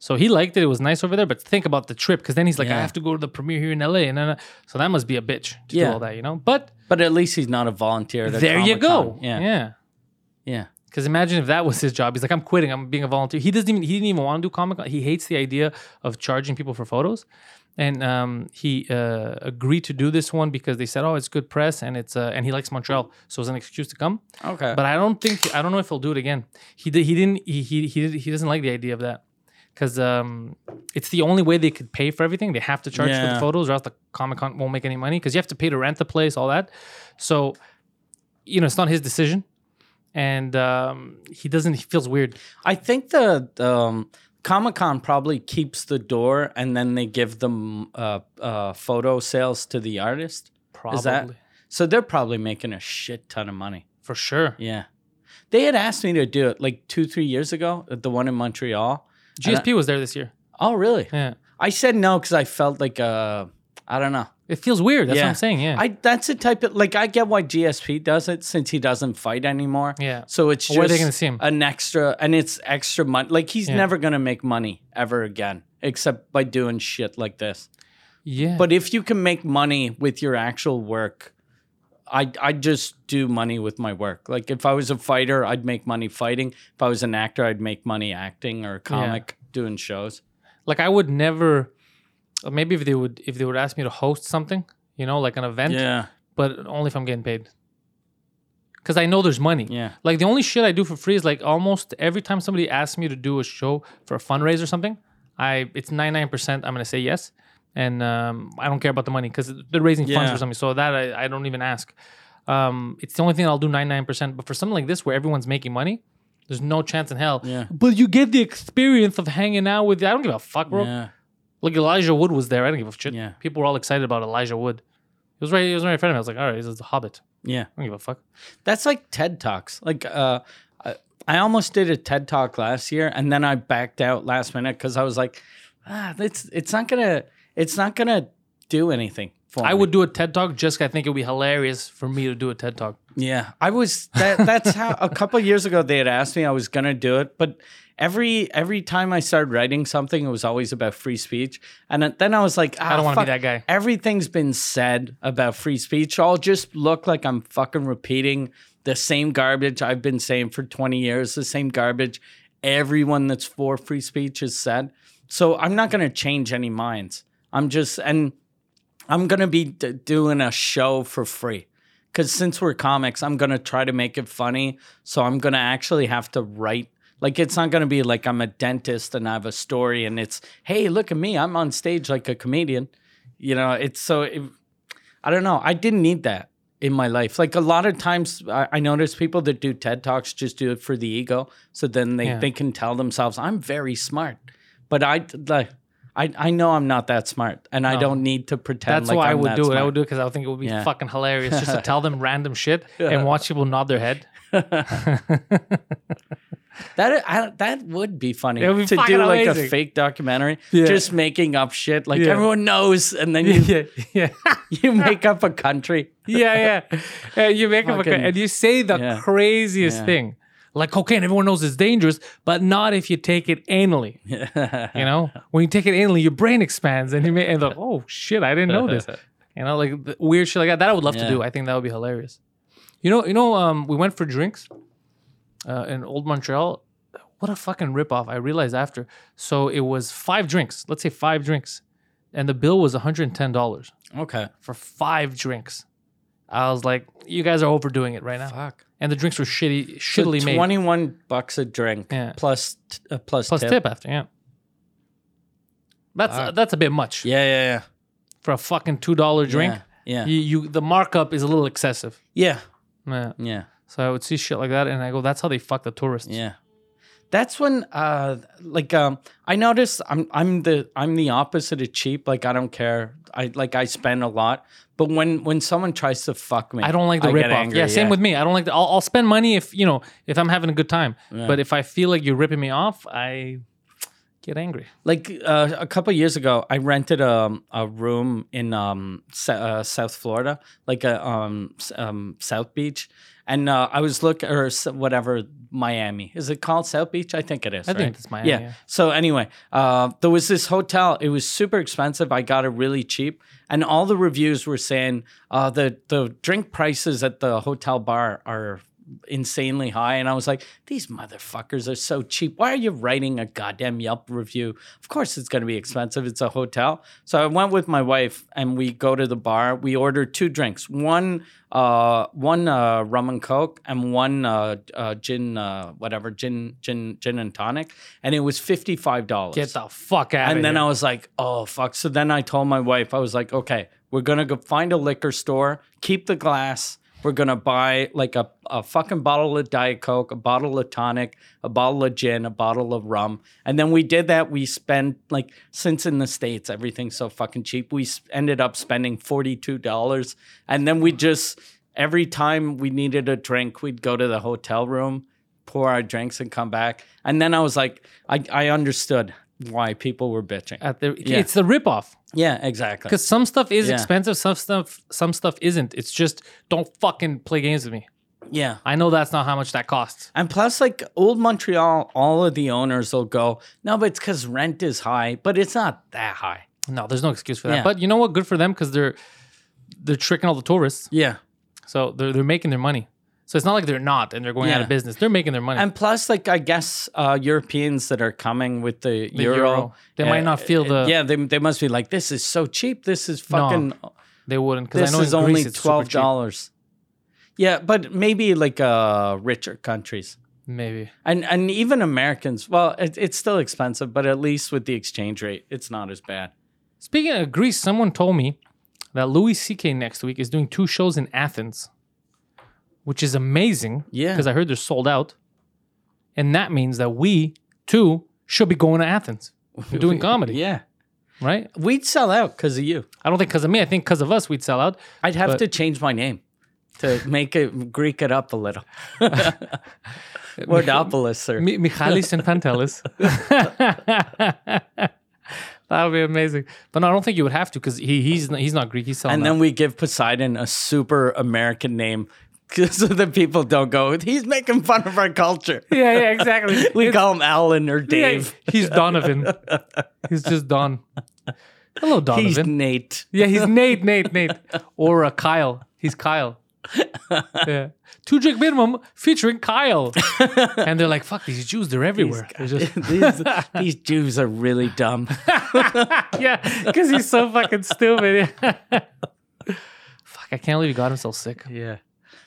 So he liked it. It was nice over there. But think about the trip, because then he's like, I
Yeah.
have to go to the premiere here in LA, and then, uh, so that must be a bitch to do
Yeah.
all that, you know. But
But at least he's not a volunteer. at a
there you go.
Comic-Con. Yeah. yeah.
Yeah. Because imagine if that was his job. He's like, I'm quitting. I'm being a volunteer. He doesn't even. He didn't even want to do Comic Con. He hates the idea of charging people for photos, and um, he uh, agreed to do this one because they said, "Oh, it's good press," and it's uh, and he likes Montreal, so it was an excuse to come.
Okay.
But I don't think I don't know if he'll do it again. He did. He didn't. He he he, did, he doesn't like the idea of that because um, it's the only way they could pay for everything. They have to charge for the
Yeah.
photos, or else the Comic Con won't make any money because you have to pay to rent the place, all that. So, you know, it's not his decision, and um, he doesn't. He feels weird.
I think the um, Comic Con probably keeps the door and then they give them uh, uh, photo sales to the artist.
Probably
that- So they're probably making a shit ton of money.
for sure.
Yeah. They had asked me to do it like two, three years ago at the one in Montreal.
GSP was there this year.
Oh, really?
Yeah,
I said no because I felt like, uh, I don't know.
it feels weird. That's what
Yeah.
I'm saying. Yeah,
I That's the type of, like, I get why GSP does it since he doesn't fight anymore.
yeah.
So it's just
Where are they gonna see him?
an extra, and it's extra money. Like, he's
Yeah.
never going to make money ever again, except by doing shit like this.
Yeah,
But if you can make money with your actual work, I I just do money with my work. Like if I was a fighter, I'd make money fighting. If I was an actor, I'd make money acting or a comic doing shows.
like I would never. uh, Maybe if they would if they would ask me to host something, you know, like an event.
Yeah,
but only if I'm getting paid. Because I know there's money.
yeah,
Like the only shit I do for free is like almost every time somebody asks me to do a show for a fundraiser or something, I it's 99% I'm gonna say yes, and um, I don't care about the money because they're raising funds
Yeah.
for something. So that I, I don't even ask. Um, it's the only thing I'll do 99%. But for something like this where everyone's making money, there's no chance in hell.
Yeah.
But you get the experience of hanging out with. I don't give a fuck, bro.
yeah.
Like Elijah Wood was there. I didn't give a shit.
Yeah.
People were all excited about Elijah Wood. He was right. He was right in front of me. I was like, all right, this is the Hobbit.
yeah.
I don't give a fuck.
That's like TED talks. Like uh, I, I almost did a TED talk last year, and then I backed out last minute because I was like, ah, it's it's not gonna it's not gonna do anything. For
I
me.
would do a TED talk just 'cause I think it would be hilarious for me to do a TED talk.
Yeah, I was. That, that's how a couple years ago they had asked me I was gonna do it, but every every time I started writing something, it was always about free speech, and then I was like, ah,
I don't want to be
fuck,
that guy.
Everything's been said about free speech. I'll just look like I'm fucking repeating the same garbage I've been saying for 20 years, the same garbage everyone that's for free speech has said. So I'm not going to change any minds. I'm just, and I'm going to be d- doing a show for free. Because since we're comics, I'm going to try to make it funny. So I'm going to actually have to write. Like, it's not going to be like I'm a dentist and I have a story and it's, hey, look at me. I'm on stage like a comedian. You know, it's so, it, I don't know. I didn't need that in my life. Like, a lot of times I, I notice people that do TED Talks just do it for the ego. So then they,
Yeah.
they can tell themselves, I'm very smart. But I, like, I, I know I'm not that smart and I
No.
don't need to pretend
That's
like
why i
I'm
would
that
do it. I
smart.
would do it because I would think it would be
Yeah.
fucking hilarious just
*laughs*
to tell them random shit and watch people nod their head.
That I, that would be funny
It would be
to
fucking
do like
amazing.
a fake documentary,
Yeah.
just making up shit like
Yeah.
everyone knows, and
*laughs*
then you,
yeah,
you make up a country.
yeah, yeah. Uh, you make up a
Fucking-
and you say the
Yeah.
craziest
Yeah.
thing. Like cocaine, everyone knows it's dangerous, but not if you take it
*laughs*
anally. You know, when you take it anally, your brain expands and you may and like, oh shit, I
*laughs*
didn't know this. You know, like the weird shit like that. That I would love to
Yeah.
do. I think that would be hilarious. You know, you know, um, we went for drinks uh, in Old Montreal. What a fucking ripoff! I realized after. So it was five drinks. Let's say five drinks, and the bill was one hundred and ten dollars
okay.
for five drinks. I was like, you guys are overdoing it right now.
Fuck.
And the drinks were shitty,
So
shittily made.
Twenty-one bucks a drink
Yeah.
plus t- uh, plus
plus
tip.
tip. after. Yeah, that's
Fuck.
that's a bit much
Yeah, yeah, yeah.
for a fucking two dollar drink.
Yeah, yeah,
You, you the markup is a little excessive.
yeah,
Yeah.
yeah.
So I would see shit like that, and I go, "That's how they fuck the tourists."
yeah. That's when, uh, like, um, I noticed I'm I'm the I'm the opposite of cheap. Like, I don't care. I like I spend a lot, but when when someone tries to fuck me,
I don't like the
get
rip off.
angry,
Yeah, same with me. I don't like. The, I'll, I'll spend money if you know if I'm having a good time.
Yeah.
But if I feel like you're ripping me off, I get angry.
Like uh, a couple years ago, I rented a a room in um S- uh, South Florida, like a um, s- um South Beach, and uh, I was look or s- whatever Miami is it called South Beach? I think it is.
I
right?
think that's my yeah.
yeah. So anyway, uh, there was this hotel. It was super expensive. I got it really cheap, and all the reviews were saying uh, the the drink prices at the hotel bar are insanely high. And I was like, these motherfuckers are so cheap. Why are you writing a goddamn Yelp review? Of course, it's going to be expensive. It's a hotel. So I went with my wife, and we go to the bar. We order two drinks: one uh, one uh, rum and coke, and one uh, uh, gin, uh, whatever gin gin gin and tonic. And it was fifty five dollars
Get the fuck out.
and then
here.
I was like, oh fuck. So then I told my wife, I was like, okay, we're gonna go find a liquor store, keep the glass. We're gonna buy like a, a fucking bottle of Diet Coke, a bottle of tonic, a bottle of gin, a bottle of rum. And then we did that. We spent like since in the States everything's so fucking cheap. We s- ended up spending $42. And then we just every time we needed a drink, we'd go to the hotel room pour our drinks and come back. And then I was like, I, I understood why people were bitching.
at the
Yeah.
it's the rip off
yeah, exactly.
because some stuff is
Yeah.
expensive, some stuff some stuff isn't. It's just don't fucking play games with me.
Yeah.
I know that's not how much that costs.
And plus, like old Montreal, all of the owners will go, no, but it's because rent is high, but it's not that high.
No, there's no excuse for that.
Yeah.
But you know what? Good for them because they're they're tricking all the tourists,
Yeah.
so they're they're making their money. So it's not like they're not and they're going out
Yeah.
of business. They're making their money.
And plus, like, I guess uh, Europeans that are coming with the,
The
Euro, uh,
euro. They might not feel the-
Yeah, they, they must be like, this is so cheap. This is fucking.
They wouldn't because
This
I know
is
in
only
Greece it's super
twelve
cheap.
dollars. Yeah, but maybe like uh, richer countries.
Maybe
and and even Americans. Well, it, it's still expensive, but at least with the exchange rate, it's not as bad.
speaking of Greece, someone told me that Louis C.K. next week is doing two shows in Athens, which is amazing.
Yeah.
because I heard they're sold out, and that means that we too should be going to
*laughs*
Athens, and doing comedy,
Yeah,
right?
we'd sell out because of you.
I don't think because of me. I think because of us we'd sell out.
I'd have
But-
to change my name to make it Greek it up
*laughs*
a little. Wordopoulos, sir.
Mi- Michalis and
*laughs*
Pantelis. *laughs* that would be amazing. But no, I don't think you would have to because he, he's not, he's not Greek. He's selling
and
out.
then we give Poseidon a super American name. *laughs* So that people don't go, he's making fun of our culture. *laughs*
yeah, yeah, *laughs* exactly.
We call him Alan or
Yeah,
Dave.
he's Donovan. He's just Don. Hello,
He's *laughs*
Donovan.
Nate.
yeah, he's Nate, Nate, Nate, or uh, Kyle. He's
*laughs*
Kyle. Yeah, two drink minimum featuring Kyle, *laughs* and they're like, "Fuck these Jews! They're everywhere." They're just,
these, these Jews are really dumb.
yeah, because he's so fucking stupid. *laughs* Fuck, I can't believe he got himself sick.
Yeah.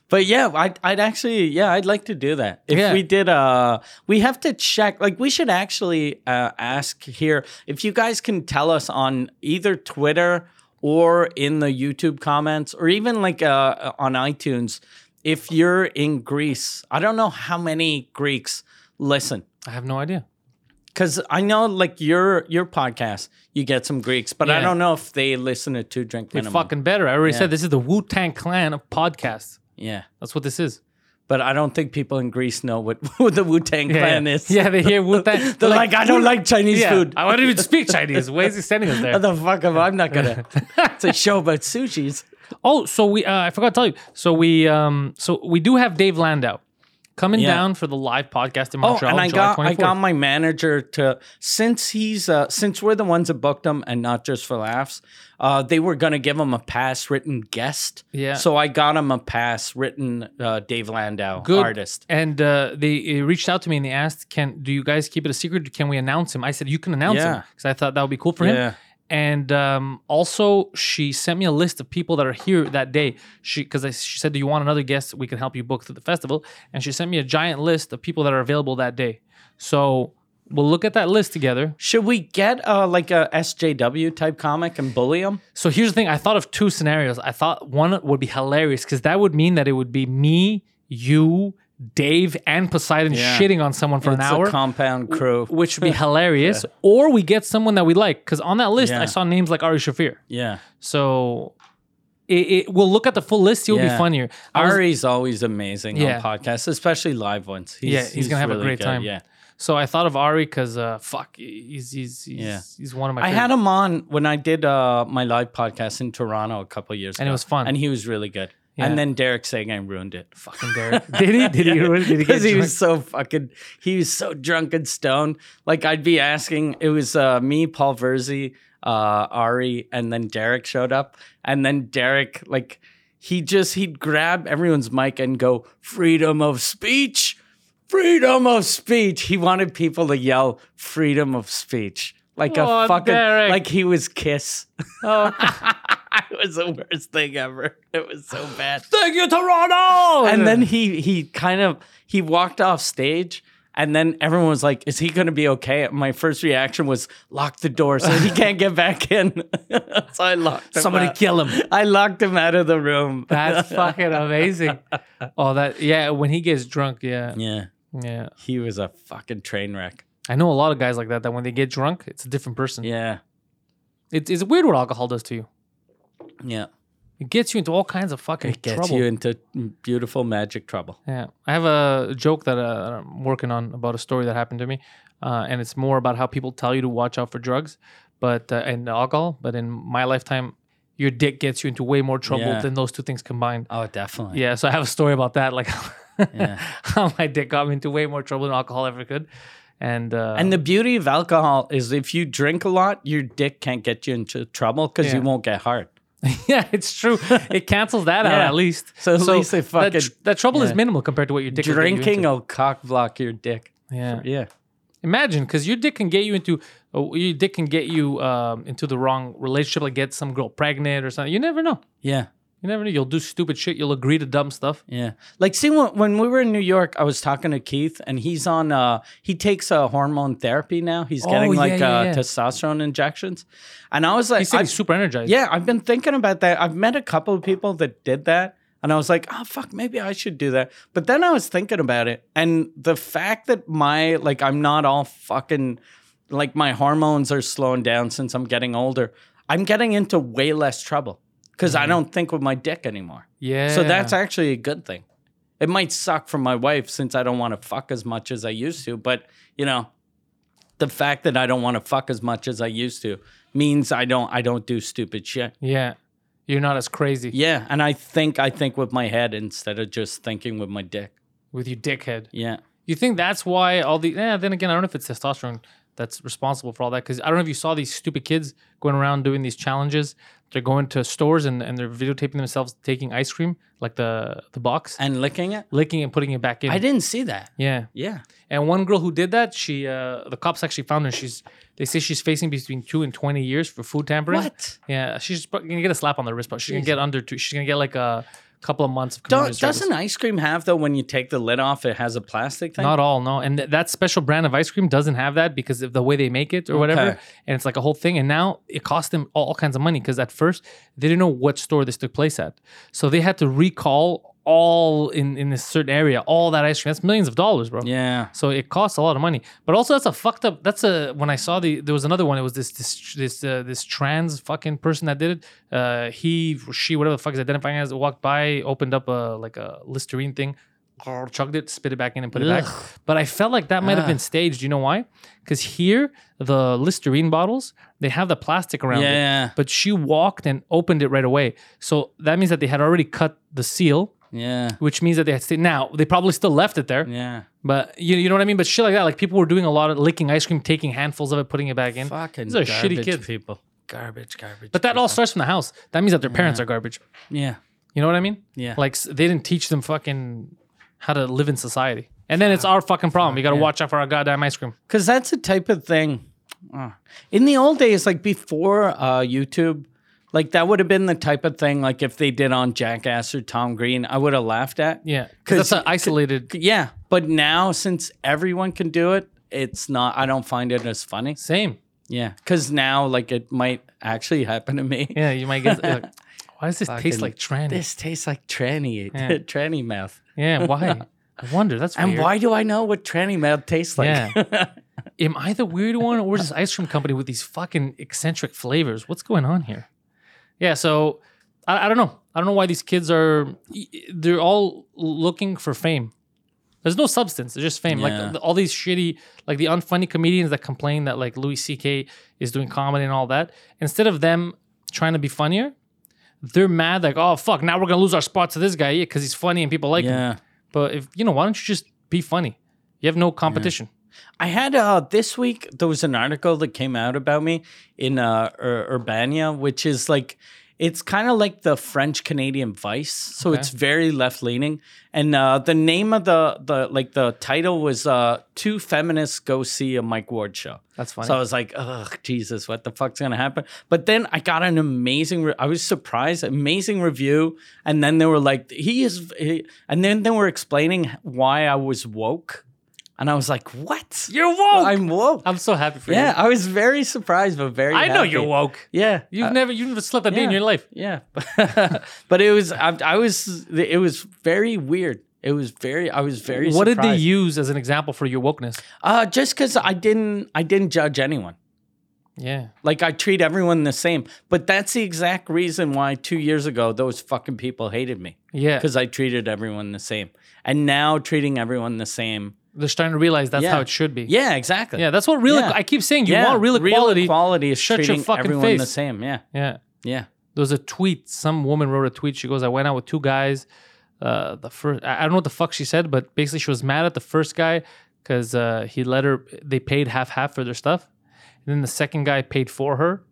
But yeah, I'd, I'd actually, yeah, I'd like to do that. If
Yeah.
we did, uh, we have to check, like, we should actually uh, ask here if you guys can tell us on either Twitter or in the YouTube comments or even like uh, on iTunes if you're in Greece. I don't know how many Greeks listen.
I have no idea.
Cause I know, like your your podcast, you get some Greeks, but I
Yeah.
don't know if they listen to Two Drink
They
Minimum.
fucking better. I already said this is the Wu Tang Clan of podcasts.
yeah,
That's what this is.
but I don't think people in Greece know what, *laughs* what the Wu Tang Clan
yeah.
is.
Yeah, they hear Wu Tang.
*laughs* They're like, I don't like Chinese
yeah,
food.
I wouldn't even speak Chinese. Why is he sending us
*laughs* What
there?
the fuck am I? I'm not
*laughs*
gonna. *laughs* it's a show about sushis.
Oh, so we uh, I forgot to tell you. So we um so we do have Dave Landau. Coming
Yeah.
down for the live podcast in
Oh,
Montreal,
and I
July
got I
24th.
got my manager to since he's uh, since we're the ones that booked him and not just for laughs. Uh, they were gonna give him a pass written guest.
Yeah.
So I got him a pass written uh, Dave Landau
Good.
artist.
And uh, they uh, reached out to me and they asked, "Can do you guys keep it a secret? Can we announce him?" I said, "You can announce him,"
Yeah.
because I thought that would be cool for him. And um, also, she sent me a list of people that are here that day. She because she said, "Do you want another guest? We can help you book through the festival." And she sent me a giant list of people that are available that day. So we'll look at that list together.
Should we get uh, like a SJW type comic and bully him?
So here's the thing: I thought of two scenarios. I thought one would be hilarious because that would mean that it would be me, you, Dave, and Poseidon
Yeah.
shitting on someone for an
it's
hour.
a compound crew.
which
*laughs*
would be hilarious. Or we get someone that we like. Because on that list, I
Yeah.
saw names like Ari Shafir.
yeah.
So it, it, we'll look at the full list. It will be
Yeah.
funnier. I was-
Ari's always amazing
Yeah.
on podcasts, especially live ones. He's,
Yeah, he's gonna have a great time.
Yeah,
so I thought of Ari because uh, fuck, he's he's he's,
Yeah.
he's one of my.
I had
a
him on when I did uh, my live podcast in Toronto a couple years ago,
And it was fun.
and he was really good.
Yeah.
And then Derek Sagan ruined it.
fucking Derek.
*laughs*
Did he? *laughs* Did he? really- Did he get
Because he
drunk?
was so fucking, he was so drunk and stoned. Like I'd be asking, it was uh, me, Paul Verzi, uh, Ari, and then Derek showed up, and then Derek, like he just he'd grab everyone's mic and go, "Freedom of speech, freedom of speech." He wanted people to yell, "Freedom of speech." Like
Oh,
a fucking,
Derek.
like he was Kiss.
Oh,
it was the worst thing ever. It was so *laughs* bad
thank you, Toronto.
and then he he kind of he walked off stage and then everyone was like is he going to be okay my first reaction was lock the door so he can't get back in so i locked
*laughs*
him
somebody
out.
kill him.
i locked him out of the room
*laughs* That's
*laughs*
fucking amazing. Oh, that yeah. When he gets drunk, yeah,
yeah
yeah.
he was a fucking train wreck
I know a lot of guys like that. That when they get drunk, it's a different person.
yeah
It's it's weird what alcohol does to you.
yeah
It gets you into all kinds of fucking
it gets
trouble.
you into beautiful magic trouble
Yeah, I have a joke that uh, I'm working on about a story that happened to me, uh, and it's more about how people tell you to watch out for drugs, but uh, and alcohol. But in my lifetime, your dick gets you into way more trouble
Yeah.
than those two things combined.
oh definitely
Yeah, so I have a story about that, like
Yeah.
*laughs* how my dick got me into way more trouble than alcohol ever could, and uh, *laughs*
and the beauty of alcohol is if you drink a lot your dick can't get you into trouble because
Yeah.
you won't get hard
yeah, it's true. It cancels that out
Yeah.
at least.
So at least they
that
fucking-
tr- that, trouble is
yeah.
minimal compared to what your dick will get you
drinking
into.
will cock block your dick
Yeah.
yeah
Imagine, because your dick can get you into uh, your dick can get you um, into the wrong relationship, like get some girl pregnant or something. You never know.
yeah
You never know. You'll do stupid shit. You'll agree to dumb stuff.
Yeah. Like see when, when we were in New York, I was talking to Keith and he's on uh he takes a uh, hormone therapy now. He's
Oh,
getting
yeah,
like
yeah,
uh
yeah.
testosterone injections. And I was like
He said
I-
he's super energized.
Yeah, I've been thinking about that. I've met a couple of people that did that and I was like, "Oh fuck, maybe I should do that." But then I was thinking about it and the fact that my like I'm not all fucking like my hormones are slowing down since I'm getting older. I'm getting into way less trouble because
Mm-hmm.
I don't think with my dick anymore.
yeah.
So that's actually a good thing. It might suck for my wife since I don't want to fuck as much as I used to, but you know, the fact that I don't want to fuck as much as I used to means I don't I don't do stupid shit.
yeah. You're not as crazy
Yeah, and I think I think with my head instead of just thinking with my dick.
with your dickhead.
Yeah.
You think that's why all the? Yeah. Then again, I don't know if it's testosterone that's responsible for all that. Because I don't know if you saw these stupid kids going around doing these challenges. They're going to stores and, and they're videotaping themselves taking ice cream, like the the box,
And licking it?
licking and putting it back in.
I didn't see that.
yeah.
Yeah.
And one girl who did that, she uh, the cops actually found her. She's they say she's facing between two and twenty years for food tampering.
What?
Yeah, she's pro- gonna get a slap on the wrist, but she's gonna get under two. She's gonna get like a couple of months of community
Don't,
service.
doesn't ice cream have though when you take the lid off it has a plastic thing?
Not all, no. And th- that special brand of ice cream doesn't have that because of the way they make it or whatever.
Okay.
And it's like a whole thing. And now it cost them all, all kinds of money because at first they didn't know what store this took place at. So they had to recall all in, in this certain area, all that ice cream. That's millions of dollars, bro.
yeah.
So it costs a lot of money. But also that's a fucked up. That's a when I saw the there was another one. It was this this this uh, this trans fucking person that did it. Uh, he she whatever the fuck is identifying as walked by, opened up a like a listerine thing. grr, Chugged it, spit it back in, and put it back.
Ugh.
But I felt like that might have been staged. You know why? Because here, the Listerine bottles, they have the plastic around it
Yeah.
but she walked and opened it right away. So that means that they had already cut the seal
Yeah.
which means that they had stayed. Now they probably still left it there,
Yeah.
but you you know what I mean. But shit like that, like people were doing a lot of licking ice cream, taking handfuls of it, putting it back in.
Fucking
These are shitty
garbage
kids.
people. Garbage, garbage.
But that all
people.
starts from the house. That means that their parents are garbage.
Yeah.
You know what I mean?
Yeah.
Like s- they didn't teach them fucking how to live in society. And then it's our fucking problem. You got to watch out for our goddamn ice cream.
Because that's the type of thing. uh, In the old days, like before uh, YouTube, like that would have been the type of thing, like if they did on Jackass or Tom Green, I would have laughed at.
Yeah,
'Cause
because that's an isolated.
Yeah. But now, since everyone can do it, it's not, I don't find it as funny.
Same.
Yeah. Because now, like, it might actually happen to me.
Yeah, you might get. Like,
*laughs*
why does this taste like tranny?
This tastes like tranny,
Yeah.
*laughs* tranny mouth.
Yeah,
*laughs*
why? I wonder. That's
And
weird.
why do I know what tranny mouth tastes like? *laughs*
Yeah. Am I the weird one, or is this ice cream company with these fucking eccentric flavors? What's going on here? Yeah, so I, I don't know. I don't know why these kids are. e, They're all looking for fame. There's no substance. It's just fame.
Yeah.
Like all these shitty, like the unfunny comedians that complain that like Louis C.K. is doing comedy and all that. Instead of them trying to be funnier, they're mad. Like, oh fuck, now we're gonna lose our spot to this guy because he's funny and people like him.
yeah.
But if you know, why don't you just be funny? You have no competition.
I had uh, this week there was an article that came out about me in uh, Ur- Urbania, which is like it's kind of like the French Canadian Vice, so
Okay.
it's very left leaning. And uh, the name of the the like the title was uh, two feminists go see a Mike Ward show.
That's funny.
So I was like, ugh, Jesus, what the fuck's gonna happen? But then I got an amazing, re- I was surprised, amazing review. And then they were like, he is, he, and then they were explaining why I was woke. And I was like, what?
You're woke. Oh, I'm,
I'm woke.
so happy for
yeah, I was very surprised, but very.
you. I know
happy.
you're woke.
Yeah,
You've
uh,
never you've never slept a day in
yeah. *laughs*
your life.
yeah, but it was. I, I was. It was very weird. It was very. I was very.
What did they
surprised.
use as an example for your wokeness?
Uh, just because I didn't. I didn't judge anyone.
Yeah.
Like I treat everyone the same. But that's the exact reason why two years ago those fucking people hated me
Yeah.
because I treated everyone the same. And now treating everyone the same.
They're starting to realize that's
Yeah.
how it should be.
Yeah, exactly.
Yeah, that's what real
Yeah.
I keep saying you
Yeah,
want real equality.
equality is
shut your
treating
fucking
everyone the
face.
same. Yeah,
yeah.
yeah.
There was a tweet. Some woman wrote a tweet. She goes, I went out with two guys. Uh, the first, I I don't know what the fuck she said, but basically she was mad at the first guy because uh, he let her, they paid half half for their stuff. And then the second guy paid for her.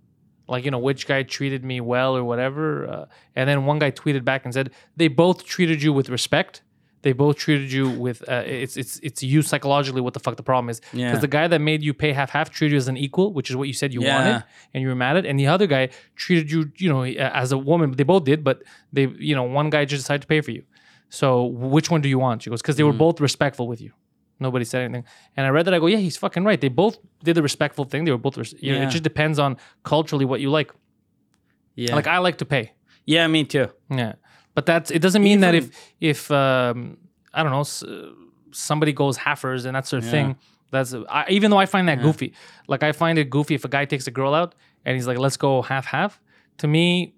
Like, you know, which guy treated me well or whatever. Uh, and then one guy tweeted back and said, they both treated you with respect. They both treated you with, uh, it's, it's, it's you psychologically what the fuck the problem is. Because
Yeah.
the guy that made you pay half half treated you as an equal, which is what you said you
Yeah.
wanted and you were mad at, and the other guy treated you, you know, as a woman. They both did, but they, you know, one guy just decided to pay for you. So which one do you want? She goes, because they
Mm.
were both respectful with you. Nobody said anything, and I read that. I go, yeah, he's fucking right. They both did the respectful thing. They were both, res- you know,
Yeah.
it just depends on culturally what you like.
Yeah.
Like I like to pay.
yeah, me too.
Yeah, but that's it. Doesn't mean that
Even-
if if um, I don't know s- uh, somebody goes halfers and that sort of thing. That's I, even though I find that goofy. Like I find it goofy if a guy takes a girl out and he's like, "Let's go half half." To me,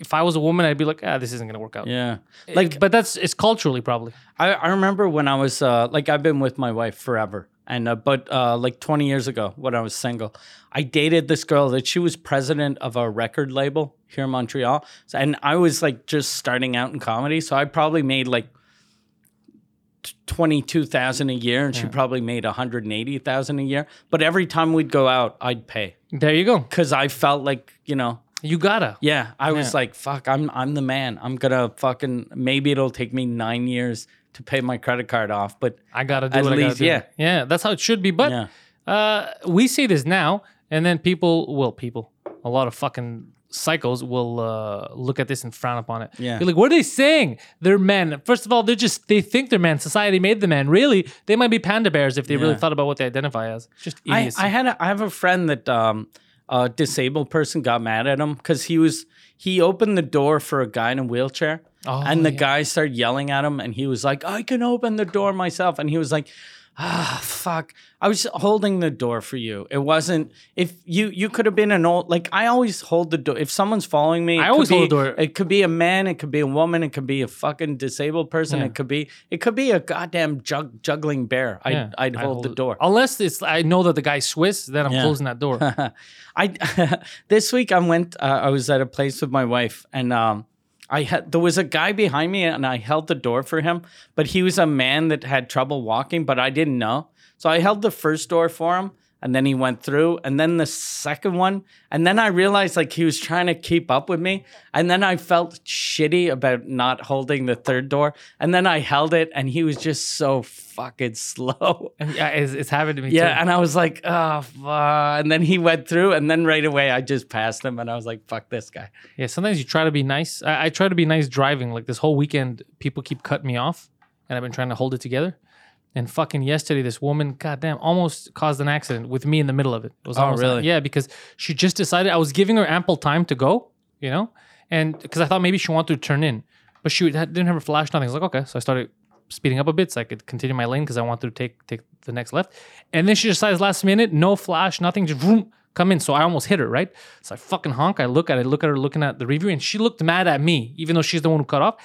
if I was a woman, I'd be like, "Ah, this isn't gonna work out."
Yeah.
Like, but that's it's culturally probably.
I, I remember when I was uh, like I've been with my wife forever, and uh, but uh, like 20 years ago when I was single, I dated this girl that she was president of a record label here in Montreal, So- and I was like just starting out in comedy, so I probably made like t- 22,000 a year, and she probably made 180,000 a year. But every time we'd go out, I'd pay
There you go.
because I felt like you know
You gotta.
yeah, I was
Yeah.
like, fuck, I'm I'm the man. I'm gonna fucking maybe it'll take me nine years to pay my credit card off, but
I gotta do
At
what I
least,
gotta do.
yeah.
yeah. That's how it should be. But
yeah,
Uh, we say this now, and then people will people a lot of fucking psychos will uh, look at this and frown upon it.
Yeah.
Be like, what are they saying? They're men. First of all, they're just they think they're men. Society made them men. Really, they might be panda bears if they really
Yeah.
thought about what they identify as. Just
I,
idiocy.
I had a, I have a friend that um a disabled person got mad at him because he was he opened the door for a guy in a wheelchair
Oh,
and the
yeah.
guy started yelling at him and he was like, I can open the door myself and he was like. Ah, fuck. I was holding the door for you. It wasn't if you you could have been an old like I always hold the door. If someone's following me, it
I
could
always hold
be-
the door.
It could be a man, it could be a woman, it could be a fucking disabled person,
Yeah.
it could be it could be a goddamn jug, juggling bear. I'd
Yeah.
I'd
I
hold, the door.
Unless it's I know that the guy's Swiss, then I'm
Yeah.
closing that
*laughs*
door.
I this week I went. Uh, I was at a place with my wife, and um, I had there was a guy behind me and I held the door for him, but he was a man that had trouble walking, but I didn't know. So I held the first door for him and then he went through and then the second one and then I realized like he was trying to keep up with me and then I felt shitty about not holding the third door and then I held it and he was just so fucking *laughs* slow.
And yeah, it's, it's happened to me
Yeah,
too.
and I was like, oh, fuck. and then he went through, and then right away I just passed him, and I was like, fuck this guy.
Yeah, sometimes you try to be nice. I, I try to be nice driving. Like this whole weekend, people keep cutting me off, and I've been trying to hold it together. And fucking yesterday, this woman, goddamn, almost caused an accident with me in the middle of it. it was
Oh,
almost-
really?
yeah, because she just decided I was giving her ample time to go, you know, and because I thought maybe she wanted to turn in, but she had- didn't have her flash, nothing. I was like, okay, so I started speeding up a bit so I could continue my lane because I wanted to take take the next left. And then she decides last minute, no flash, nothing, just vroom, come in. So I almost hit her, right? So I fucking honk. I look at it, look at her looking at the review, and she looked mad at me, even though she's the one who cut off.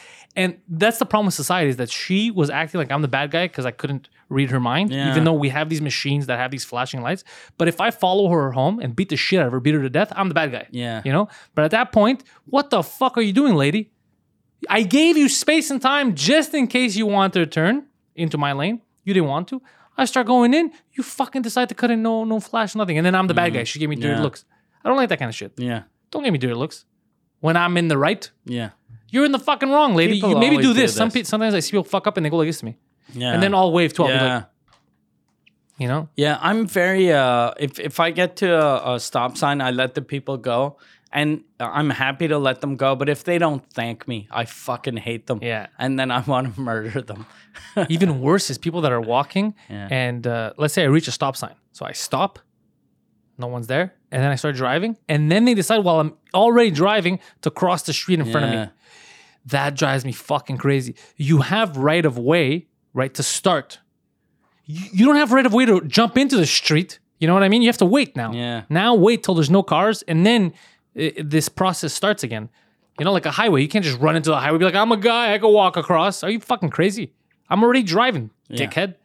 And that's the problem with society is that she was acting like I'm the bad guy because I couldn't read her mind,
Yeah.
even though we have these machines that have these flashing lights. But if I follow her home and beat the shit out of her, beat her to death, I'm the bad guy.
Yeah.
You know? But at that point, what the fuck are you doing, lady? I gave you space and time just in case you wanted to turn into my lane. You didn't want to. I start going in. You fucking decide to cut in no no flash, nothing. And then I'm the bad guy. She gave me dirty
Mm-hmm. Yeah.
looks. I don't like that kind of shit.
Yeah.
Don't give me dirty looks. When I'm in the right,
Yeah.
you're in the fucking wrong, lady.
People
you maybe
always
do
do
this. Some
this.
pe- sometimes I see people fuck up and they go like this to me.
Yeah.
And then I'll wave to I'll be
yeah.
like, you know?
Yeah, I'm very. Uh, if if I get to a, a stop sign, I let the people go, and I'm happy to let them go. But if they don't thank me, I fucking hate them.
Yeah.
and then I want to *laughs* murder them.
*laughs* Even worse is people that are walking
Yeah.
and uh, let's say I reach a stop sign. So I stop, no one's there, and then I start driving, and then they decide while I'm already driving to cross the street in front of
Yeah.
me. That drives me fucking crazy. You have right of way, right, to start. You, you don't have right of way to jump into the street. You know what I mean? You have to wait now.
Yeah.
Now wait till there's no cars, and then uh, this process starts again. You know, like a highway. You can't just run into the highway. Be like, I'm a guy. I can walk across. Are you fucking crazy? I'm already driving, dickhead.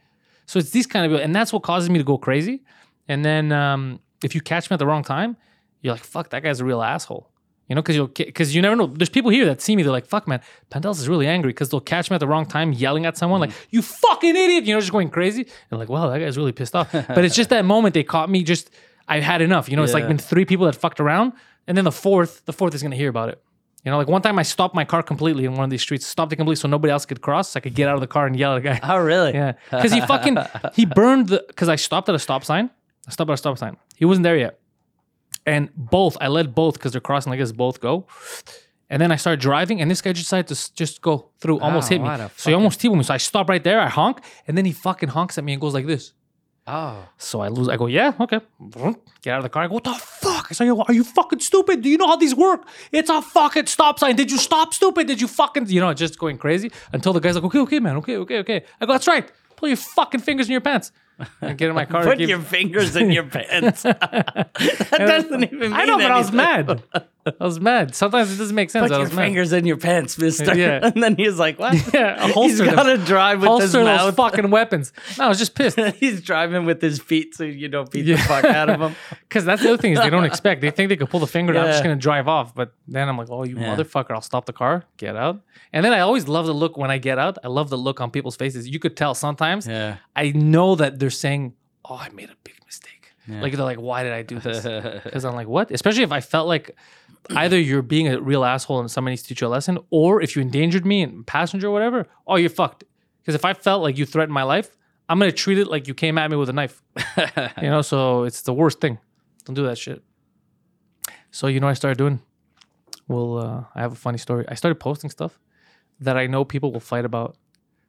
So it's these kind of, and that's what causes me to go crazy. And then um, if you catch me at the wrong time, you're like, fuck, that guy's a real asshole. You know, because you'll because you never know. There's people here that see me. They're like, "Fuck, man, Pendels is really angry." Because they'll catch me at the wrong time, yelling at someone like, "You fucking idiot!" You know, just going crazy. And like, wow, that guy's really pissed off. but it's just that moment they caught me. Just I've had enough. You know, it's like
Yeah.
been three people that fucked around, and then the fourth, the fourth is gonna hear about it. You know, like one time I stopped my car completely in one of these streets, stopped it completely so nobody else could cross. So I could get out of the car and yell at a guy.
Oh, really?
Yeah, because he fucking
*laughs*
he burned the because I stopped at a stop sign. I stopped at a stop sign. He wasn't there yet, and both I let both because they're crossing like this. Both go, and then I started driving, and this guy just decided to s- just go through, almost
Wow,
hit me.
what a
So he almost t-boned me. So I stop right there. I honk, and then he fucking honks at me and goes like this.
Oh,
So I lose. I go, yeah, okay. Get out of the car. I go, what the fuck? I say, "Yo, are you fucking stupid? Do you know how these work? It's a fucking stop sign. Did you stop, stupid? Did you fucking, you know, just going crazy until the guy's like, okay, okay, man, okay, okay, okay. I go, that's right. Pull your fucking fingers in your pants. And get in my car. and
put
keep-
your fingers in *laughs* your pants. that doesn't even. Mean
I know, but I was
anything.
mad. I was mad. Sometimes it doesn't make sense.
Put
I
your
was mad.
fingers in your pants, Mister.
Yeah.
*laughs* and then he's like, "What?
*laughs* Yeah,
*laughs* he's
holster them.
got to drive with his
Holster those
mouth.
fucking weapons. No, I was just pissed.
*laughs* he's driving with his feet, so you don't beat the
Yeah.
fuck
*laughs*
out of him."
Because that's the other thing is they don't expect. They think they could pull the finger. and I'm just
Yeah.
gonna drive off. But then I'm like, oh, you
Yeah.
motherfucker! I'll stop the car, get out. And then I always love the look when I get out. I love the look on people's faces. You could tell sometimes.
Yeah.
I know that they're saying, oh, I made a big mistake. Like they're like, why did I do
*laughs*
this? Because I'm like, what? Especially if I felt like either you're being a real asshole and somebody needs to teach you a lesson, or if you endangered me and passenger or whatever, oh, you're fucked. Because if I felt like you threatened my life, I'm gonna treat it like you came at me with a knife. *laughs* you know, so it's the worst thing. Don't do that shit. So you know, what I started doing. Well, uh, I have a funny story. I started posting stuff that I know people will fight about.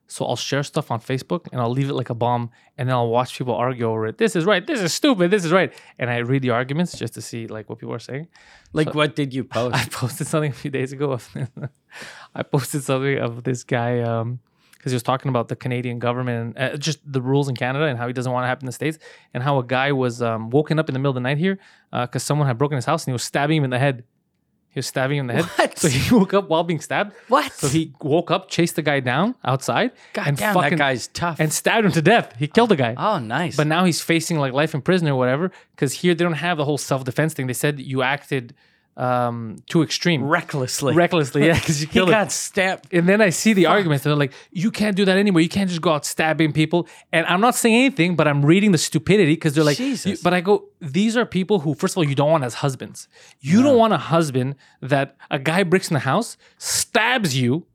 So I'll share stuff on Facebook and I'll leave it like a bomb, and then I'll watch people argue over it. This is right. This is stupid. This is right. And I read the arguments just to see like what people are saying.
*laughs* Like, what did you
*laughs*
post?
I posted something a few days ago. Of, *laughs* I posted something of this guy because he was talking about the Canadian government and uh, just the rules in Canada and how he doesn't want to happen in the states, and how a guy was um, woken up in the middle of the night here because someone had broken his house and he was stabbing him in the head. He was stabbing him in the head.
What?
So he *laughs* woke up while being stabbed.
What?
So he woke up, chased the guy down outside,
God
and
damn,
fucking
that guy's tough.
and stabbed him to death. He killed the guy.
oh, nice.
But now he's facing like life in prison or whatever. Because here they don't have the whole self defense thing. They said you acted um, too extreme, *laughs*
recklessly.
recklessly.
*laughs*
Yeah, because you
he
killed it.
got stabbed.
And then I see the arguments. They're like, you can't do that anymore. You can't just go out stabbing people. And I'm not saying anything, but I'm reading the stupidity because they're like,
Jesus.
you- but I go, these are people who, first of all, you don't want as husbands. You don't want a husband that a guy breaks in the house, stabs you,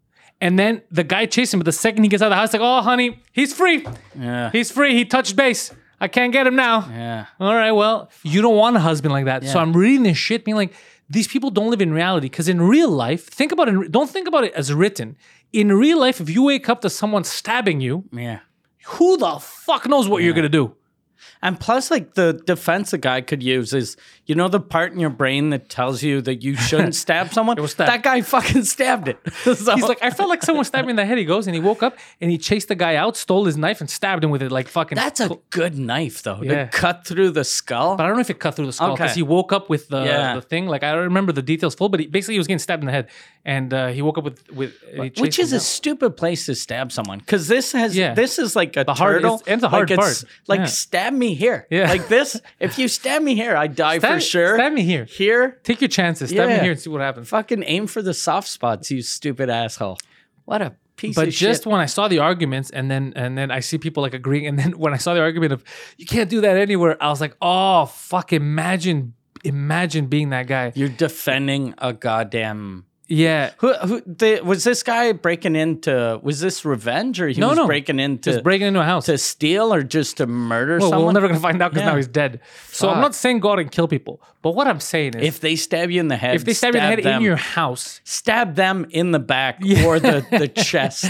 and then the guy chases him. But the second he gets out of the house, like, oh, honey, he's free.
Yeah.
He's free. He touched base. I can't get him now.
Yeah.
All right, well, you don't want a husband like that. So I'm reading this shit, being like, these people don't live in reality. Because in real life, think about it. Don't think about it as written. In real life, if you wake up to someone stabbing you,
Yeah.
who the fuck knows what you're gonna do?
And plus, like the defense a guy could use is, you know, the part in your brain that tells you that you
*laughs*
shouldn't stab someone.
was stabbed.
that guy fucking
*laughs*
stabbed it. So-
He's like, I felt like someone stabbed me in the head. He goes and he woke up and he chased the guy out, stole his knife, and stabbed him with it like fucking.
that's a good knife though
Yeah.
to cut through the skull.
but I don't know if it cut through the skull because
Okay.
he woke up with the,
Yeah.
the thing. Like I don't remember the details full, but he, basically he was getting stabbed in the head, and uh, he woke up with with he
which
chased
is
him
a
down.
stupid place to stab someone because this has
Yeah.
this is like a
hard-
turtle
it's- and the hard
like it's-
part.
like
Yeah.
stab me here
Yeah.
like this if you stab me here I die
Stab-
for sure
Stab me here.
here
Take your chances. Stab me
Yeah.
here and see what happens.
fucking aim for the soft spots you stupid asshole what a piece
but
of
just
shit
when I saw the arguments, and then and then I see people like agreeing, and then *laughs* when I saw the argument of you can't do that anywhere, I was like, oh fuck! Imagine, imagine being that guy.
you're defending a goddamn
Yeah,
who, who the, was this guy breaking into was this revenge or he
No,
was
no.
breaking into
just breaking into a house.
to steal or just to murder
Well, we're
someone
never gonna find out because
Yeah.
now he's dead. So I'm
Fuck.
not saying go out and kill people, but what I'm saying is,
if they stab you in the head
if they stab you in the head
them.
in your house,
stab them in the back or the,
*laughs*
the chest.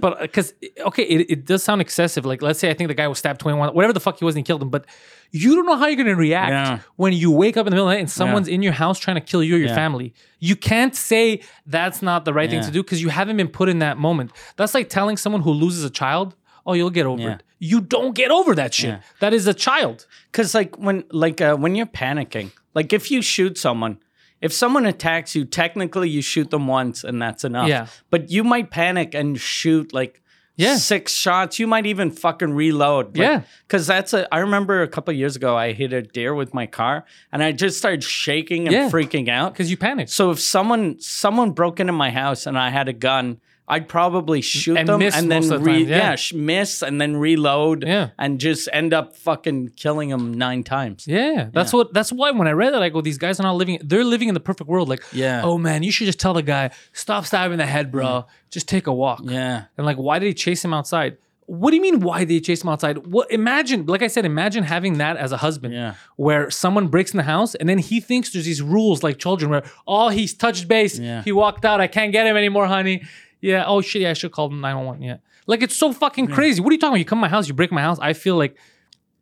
but because okay, it, it does sound excessive. Like let's say I think the guy was stabbed twenty one, whatever the fuck he was, and he killed him. But you don't know how you're gonna react
Yeah.
when you wake up in the middle of the night and someone's in your house trying to kill you or your family. You can't say that's not the right thing
Yeah.
to do because you haven't been put in that moment. That's like telling someone who loses a child, "Oh, you'll get over
Yeah.
it." You don't get over that shit. That is a child.
Because like when like uh, when you're panicking, like if you shoot someone, if someone attacks you, technically you shoot them once and that's enough.
Yeah.
But you might panic and shoot like
Yeah.
six shots. You might even fucking reload.
Yeah.
Because that's a. I remember a couple years ago I hit a deer with my car and I just started shaking and
Yeah.
freaking out.
Because you panicked
So if someone someone broke into my house and I had a gun, I'd probably shoot
And
them
miss
and then
most of the
re-
time, yeah.
sh- miss and then reload
Yeah.
and just end up fucking killing them nine times.
Yeah, that's what. That's why when I read that, I go, these guys are not living. They're living in the perfect world. Like,
Yeah. Mm.
oh man, you should just tell the guy stop stabbing the head, bro. Just take a walk.
Yeah.
And like, why did he chase him outside? What do you mean? Why did he chase him outside? What? Imagine, like I said, imagine having that as a husband,
Yeah.
where someone breaks in the house and then he thinks there's these rules like children, where oh he's touched base,
Yeah.
he walked out, I can't get him anymore, honey. Yeah. Oh shit. Yeah, I should call him nine one one. Yeah. Like it's so fucking crazy. What are you talking about? You come to my house, you break my house. I feel like,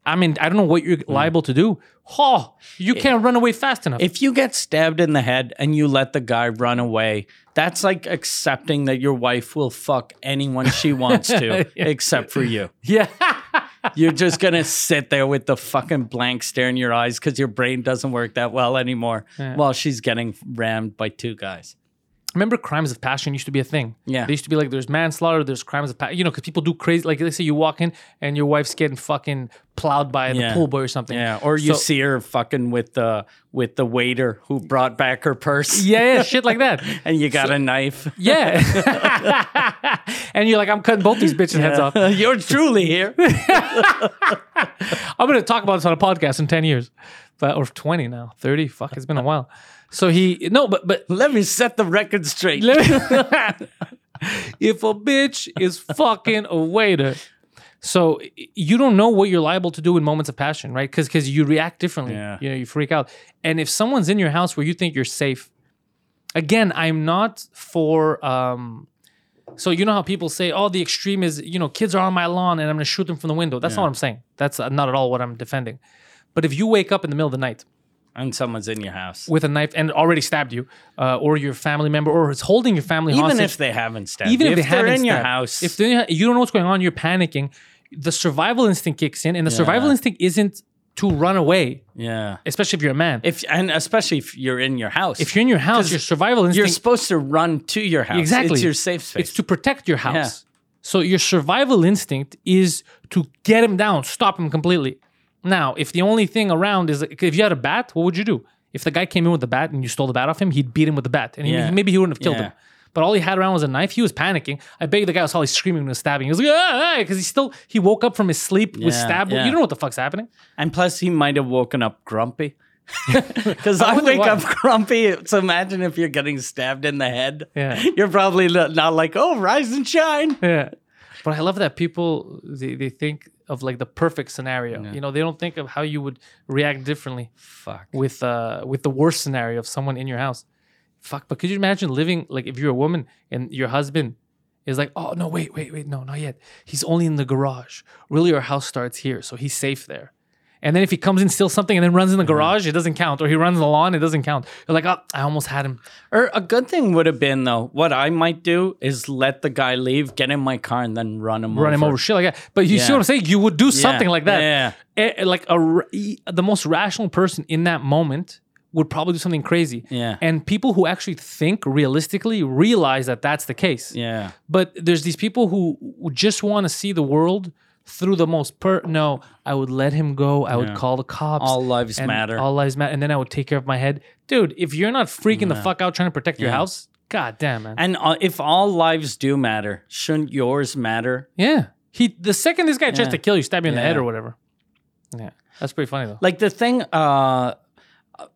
I mean, I don't know what you're liable to do. Oh, you can't run away fast enough.
If you get stabbed in the head and you let the guy run away, that's like accepting that your wife will fuck anyone
*laughs*
she wants to except for you.
*laughs* yeah.
You're just gonna sit there with the fucking blank stare in your eyes because your brain doesn't work that well anymore while she's getting rammed by two guys.
remember crimes of passion used to be a thing.
Yeah.
They used to be like there's manslaughter, there's crimes of passion, you know, because people do crazy. Like let's say you walk in and your wife's getting fucking plowed by the
Yeah.
pool boy or something.
Yeah, or you
So-
see her fucking with the with the waiter who brought back her purse.
Yeah, yeah, shit like
*laughs*
that.
and you got a knife.
Yeah. *laughs* and you're like, I'm cutting both these bitches' heads off.
*laughs* You're truly here.
I'm gonna talk about this on a podcast in 10 years. But or 20 now, 30. Fuck, it's been a while. So he no, but but
Let me set the record straight.
Let me- *laughs* if a bitch is fucking a waiter, so y- you don't know what you're liable to do in moments of passion, right? Because because you react differently.
Yeah.
You know, you freak out. And if someone's in your house where you think you're safe, again, I'm not for. um so you know how people say, "Oh, the extreme is you know kids are on my lawn and I'm gonna shoot them from the window." That's not what I'm saying. That's uh, not at all what I'm defending. But if you wake up in the middle of the night
and someone's in your house.
with a knife and already stabbed you, uh, or your family member, or is holding your family
Even
hostage,
if they haven't stabbed
even
you.
if, they
they're
haven't
in your
stabbed,
house.
if they're, you don't know what's going on, you're panicking. The survival instinct kicks in, and the survival
Yeah.
instinct isn't to run away,
yeah.
especially if you're a man. If,
If and especially if you're in your house.
you're in your house, your survival
you're
instinct
supposed to run to your house.
Exactly.
It's your safe space.
it's to protect your house. So your survival instinct is to get him down, stop him completely. Now, if the only thing around is if you had a bat, what would you do? If If the guy came in with the bat and you stole the bat off him, he'd beat him with the bat, and he-
Yeah.
maybe he wouldn't have killed
Yeah.
him. But all he had around was a knife. He was panicking. I bet you the guy was probably screaming and stabbing. He was like, ah, because he still he woke up from his sleep with
Yeah,
stab.
yeah.
You don't know what the fuck's happening.
And plus, he might have woken up *laughs* grumpy. Because *laughs* I,
wonder
wake
why.
up grumpy. So imagine if you're getting stabbed in the head.
Yeah.
You're probably not not like, oh, rise and shine.
Yeah. But I love that people they, they think of like the perfect scenario. You know, they don't think of how you would react differently
Fuck.
with uh with the worst scenario of someone in your house. Fuck, but could you imagine living like if you're a woman and your husband is like, oh no, wait, wait, wait, no, not yet. He's only in the garage. Really, our house starts here, so he's safe there. And then if he comes and steals something and then runs in the
Mm-hmm.
garage, it doesn't count. Or he runs the lawn, it doesn't count. You're like, oh, I almost had him.
Or a good thing would have been, though, what I might do is let the guy leave, get in my car, and then run him
run
over.
him over, shit like that. But you see
Yeah.
what I'm saying? You would do something like that.
yeah.
Eh, like a r- e- the most rational person in that moment would probably do something crazy.
Yeah.
*laughs* And people who actually think realistically realize that that's the case.
Yeah.
But there's these people who who just want to see the world through the most per. No, I would let him go. I would call the cops.
All lives
and
matter.
All lives matter. And then I would take care of my head, dude. If you're not freaking the fuck out trying to protect your house, god damn man.
and uh, if all lives do matter, shouldn't yours matter?
yeah. He the second this guy tries
Yeah.
to kill you, stab you in the head
Yeah.
or whatever. Yeah, that's pretty funny though.
Like the thing, uh,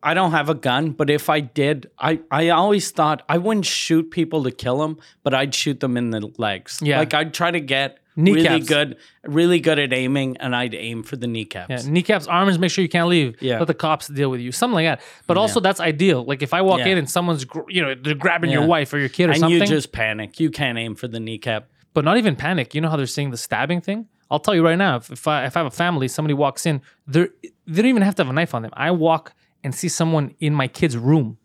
I don't have a gun, but if I did, I, I always thought I wouldn't shoot people to kill them, but I'd shoot them in the legs.
Yeah.
Like I'd try to get really
Kneecaps.
good, really good at aiming, and I'd aim for the kneecaps.
Yeah, kneecaps, arms. Make sure you can't leave.
Yeah.
let the cops deal with you. Something like that. But also, that's ideal. Like if I walk
Yeah.
in and someone's, gr- you know, they're grabbing
Yeah.
your wife or your kid or
and
something.
you just panic. You can't aim for the kneecap.
but not even panic. You know how they're saying the stabbing thing. I'll tell you right now. If, if I if I have a family, somebody walks in, they they don't even have to have a knife on them. I walk and see someone in my kid's room,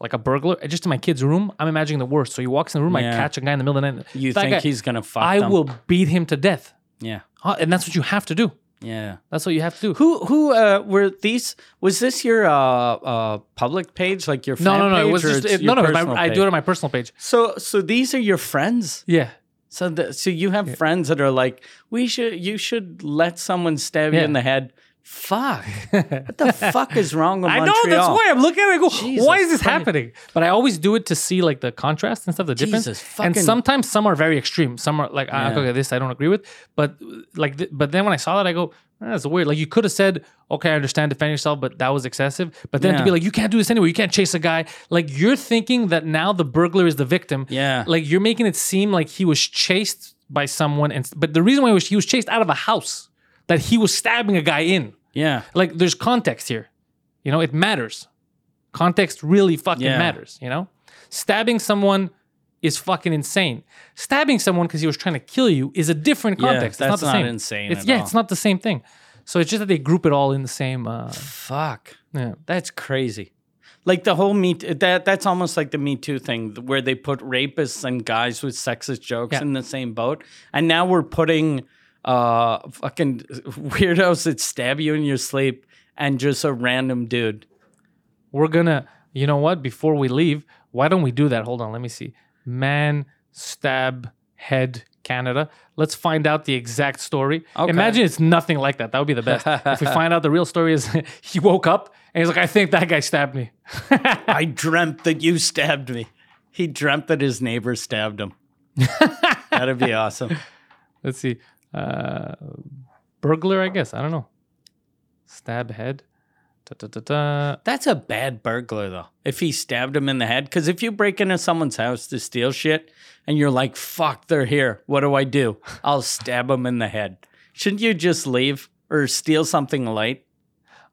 like a burglar, just in my kid's room. I'm imagining the worst. So he walks in the room. I
Yeah.
catch a guy in the middle of the night.
You
That
think
guy-
he's gonna fuck?
I
them.
will beat him to death.
Yeah.
Huh? And that's what you have to do.
Yeah.
That's what you have to do.
Who who uh, were these? Was this your uh, uh, public page, like your
No,
fan
no, no. It
page,
was
or
just
it's
it, no, no.
your
it was my-
personal
I
page?
do it on my personal page.
So so these are your friends.
Yeah. *laughs*
So the, so you have friends that are like, we should you should let someone stab you
Yeah.
in the head. Fuck. what *laughs* the fuck is wrong with
I know
Montreal?
that's why I'm looking at it. I go,
Jesus
why is this
Christ.
happening? But I always do it to see like the contrast and stuff, the difference.
Jesus
and
fucking-
sometimes some are very extreme. Some are like, ah,
Yeah.
okay, this I don't agree with. But like, th- but then when I saw that, I go, "Ah, that's weird. Like you could have said, okay, I understand, defend yourself, but that was excessive. But then to
Yeah.
be like, you can't do this anyway. You can't chase a guy. Like you're thinking that now the burglar is the victim.
Yeah.
Like you're making it seem like he was chased by someone, and but the reason why he was, he was chased out of a house that he was stabbing a guy in
yeah.
like there's context here you know it matters context really fucking
Yeah.
matters you know stabbing someone is fucking insane stabbing someone because he was trying to kill you is a different
Yeah,
context it's not
that's
the
not
same
insane
it's
at
yeah
all.
it's not the same thing so it's just that they group it all in the same uh
Fuck.
yeah
That's crazy. Like the whole me Too- that that's almost like the Me Too thing where they put rapists and guys with sexist jokes
Yeah.
in the same boat, and now we're putting uh fucking *laughs* weirdos that stab you in your sleep and just a random dude.
we're gonna you know what before we leave why don't we do that hold on let me see man stab head canada let's find out the exact story
Okay.
imagine it's nothing like that that would be the best if we find out the real story is *laughs* he woke up and he's like i think that guy stabbed me
I dreamt that you stabbed me. He dreamt that his neighbor stabbed him. That'd be awesome.
let's see uh burglar i guess i don't know stab head da, da, da, da.
That's a bad burglar, though. If he stabbed him in the head, because if you break into someone's house to steal shit and you're like, fuck, they're here. What do I do? I'll stab them in the head. Shouldn't you just leave or steal something light?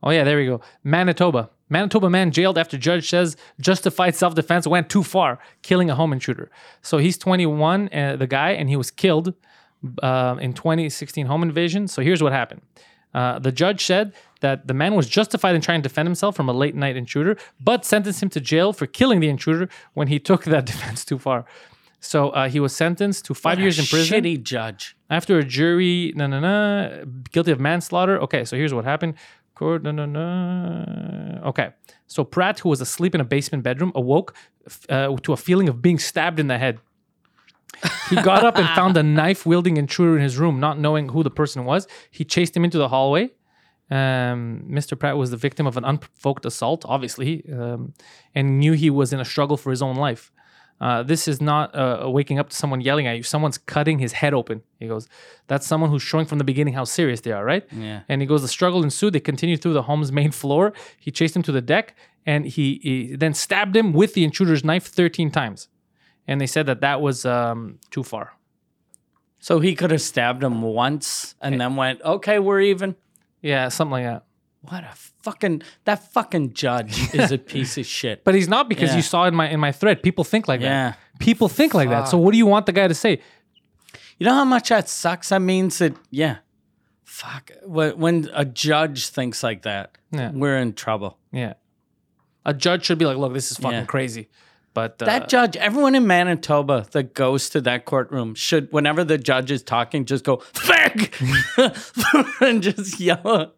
oh yeah there we go manitoba Manitoba man jailed after judge says justified self defense went too far, killing a home intruder. So he's 21, uh, the guy, and he was killed uh, in 2016 home invasion. So here's what happened. Uh, the judge said that the man was justified in trying to defend himself from a late night intruder, but sentenced him to jail for killing the intruder when he *laughs* took that defense too far. So uh, he was sentenced to five years in prison
Shitty judge.
after a jury, na na na, guilty of manslaughter. Okay, so here's what happened. Court, na na na. Okay, so Pratt, who was asleep in a basement bedroom, awoke f- uh, to a feeling of being stabbed in the head. He got up and found a knife wielding intruder in his room, not knowing who the person was. He chased him into the hallway. Um, Mr. Pratt was the victim of an unprovoked assault, obviously, um, and knew he was in a struggle for his own life. Uh, this is not uh, a waking up to someone yelling at you. Someone's cutting his head open. He goes, That's someone who's showing from the beginning how serious they are, right?
Yeah.
And he goes, The struggle ensued. They continued through the home's main floor. He chased him to the deck and he, he then stabbed him with the intruder's knife 13 times. And they said that that was um, too far.
So he could have stabbed him once and then went, okay, we're even.
Yeah, something like that.
What a fucking, that fucking judge is a piece of shit.
*laughs* But he's not because
Yeah.
you saw in my in my thread. People think like
Yeah.
that. People think like that. So what do you want the guy to say?
You know how much that sucks? That means that, yeah. Fuck. When when a judge thinks like that,
Yeah. Uh,
we're in trouble.
Yeah. A judge should be like, look, this is fucking
Yeah.
crazy. But uh,
That judge, everyone in Manitoba that goes to that courtroom should, whenever the judge is talking, just go fuck *laughs* and just yell,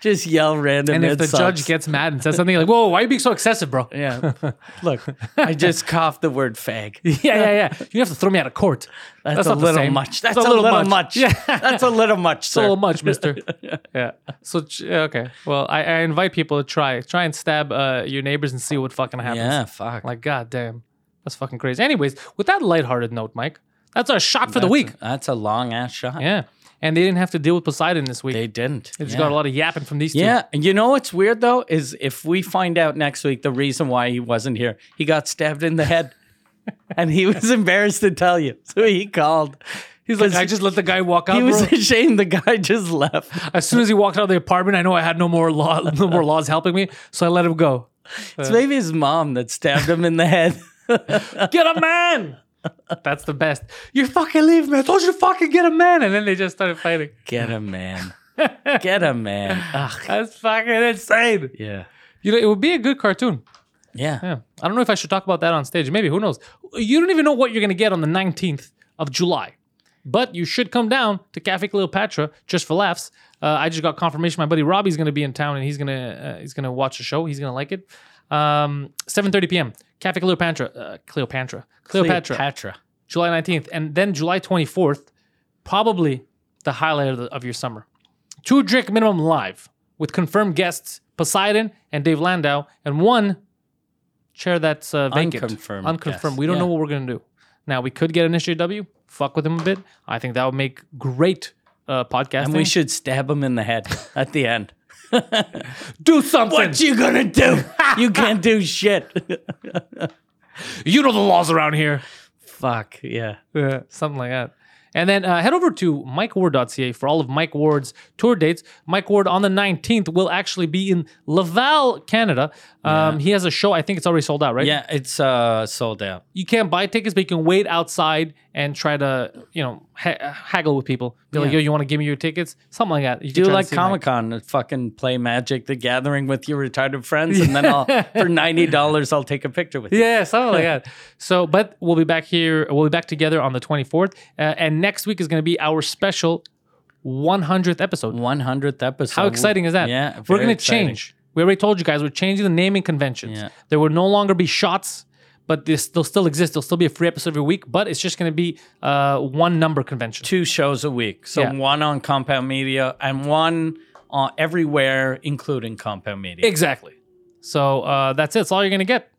just yell random.
and if the
insults.
judge gets mad and says something like, "Whoa, why are you being so excessive, bro?" Yeah,
yeah, look, I just coughed the word fag.
*laughs*
That's,
yeah, yeah. You have to throw me out of court. That's,
a
not the
little
same.
much. That's, a, little, much.
Yeah,
that's a
*laughs*
little much,
a
sir.
little much, Mister. yeah. So ch- okay. Well, I, I invite people to try try and stab uh, your neighbors and see what fucking happens.
yeah, fuck.
Like, god damn, that's fucking crazy. Anyways, with that lighthearted note, Mike, that's our shot for the
That's-
week.
That's a long ass shot.
Yeah. And they didn't have to deal with Poseidon this week.
They didn't.
They just
yeah.
got a lot of yapping from these two.
Yeah, and you know what's weird though is if we find out next week the reason why he wasn't here, he got stabbed in the head, *laughs* and he was embarrassed to tell you, so he called. He's
Like, I just let the guy walk out.
he was *laughs*
bro.
ashamed. The guy just left. *laughs*
as soon as he walked out of the apartment, I know I had no more law, *laughs* no more laws helping me, so I let him go.
It's maybe his mom that stabbed him in the head. *laughs*
Get a man. That's the best. You fucking leave me. I told you to fucking get a man, and then they just started fighting.
Get him, man. Get him, man. Ugh.
That's fucking insane.
Yeah.
You know, it would be a good cartoon.
Yeah.
Yeah, I don't know if I should talk about that on stage. Maybe who knows? You don't even know what you're gonna get on the 19th of July, but you should come down to Cafe Cleopatra just for laughs. Uh, I just got confirmation. My buddy Robbie's gonna be in town and he's gonna uh, he's gonna watch the show. He's gonna like it. Um, 7:30 p.m. Cafe Cleopatra, uh, Cleopatra, Cleopatra,
Cleopatra.
July 19th, and then July 24th, probably the highlight of, the, of your summer. Two drink minimum live with confirmed guests Poseidon and Dave Landau, and one chair that's uh, vacant,
Unconfirmed
unconfirmed.
guest,
We don't
yeah.
know what we're gonna do. Now we could get an SJW, fuck with him a bit. I think that would make great uh, podcasting.
And we should stab him in the head at the end.
do something.
*laughs* What you gonna do? you can't do *laughs* shit.
You know the laws around here.
Fuck. Yeah.
Yeah, something like that. And then uh, head over to mikeward.ca for all of Mike Ward's tour dates. Mike Ward on the 19th will actually be in Laval, Canada. Um, He has a show. I think it's already sold out, right?
Yeah. It's uh sold out.
You can't buy tickets, but you can wait outside and try to, you know, ha- haggle with people. Be like, yo, you want to give me your tickets? Something like that. You can
Do
try to
like
see Mike.
Comic Con and fucking play Magic the Gathering with your retarded friends, and then
*laughs*
I'll for ninety dollars I'll take a picture with you.
Yeah, something like that. So, but we'll be back here. We'll be back together on the 24th. Uh, and next week is going to be our special 100th episode.
One hundredth episode.
How exciting is that?
Yeah,
we're
very
gonna
exciting.
change. We already told you guys we're changing the naming conventions.
Yeah.
There will no longer be shots, but this they'll still exist. There'll still be a free episode every week, but it's just gonna be uh, one number convention.
Two shows a week, so
Yeah.
one on Compound Media and one on everywhere, including Compound Media.
Exactly. So uh, that's it. That's all you're gonna get.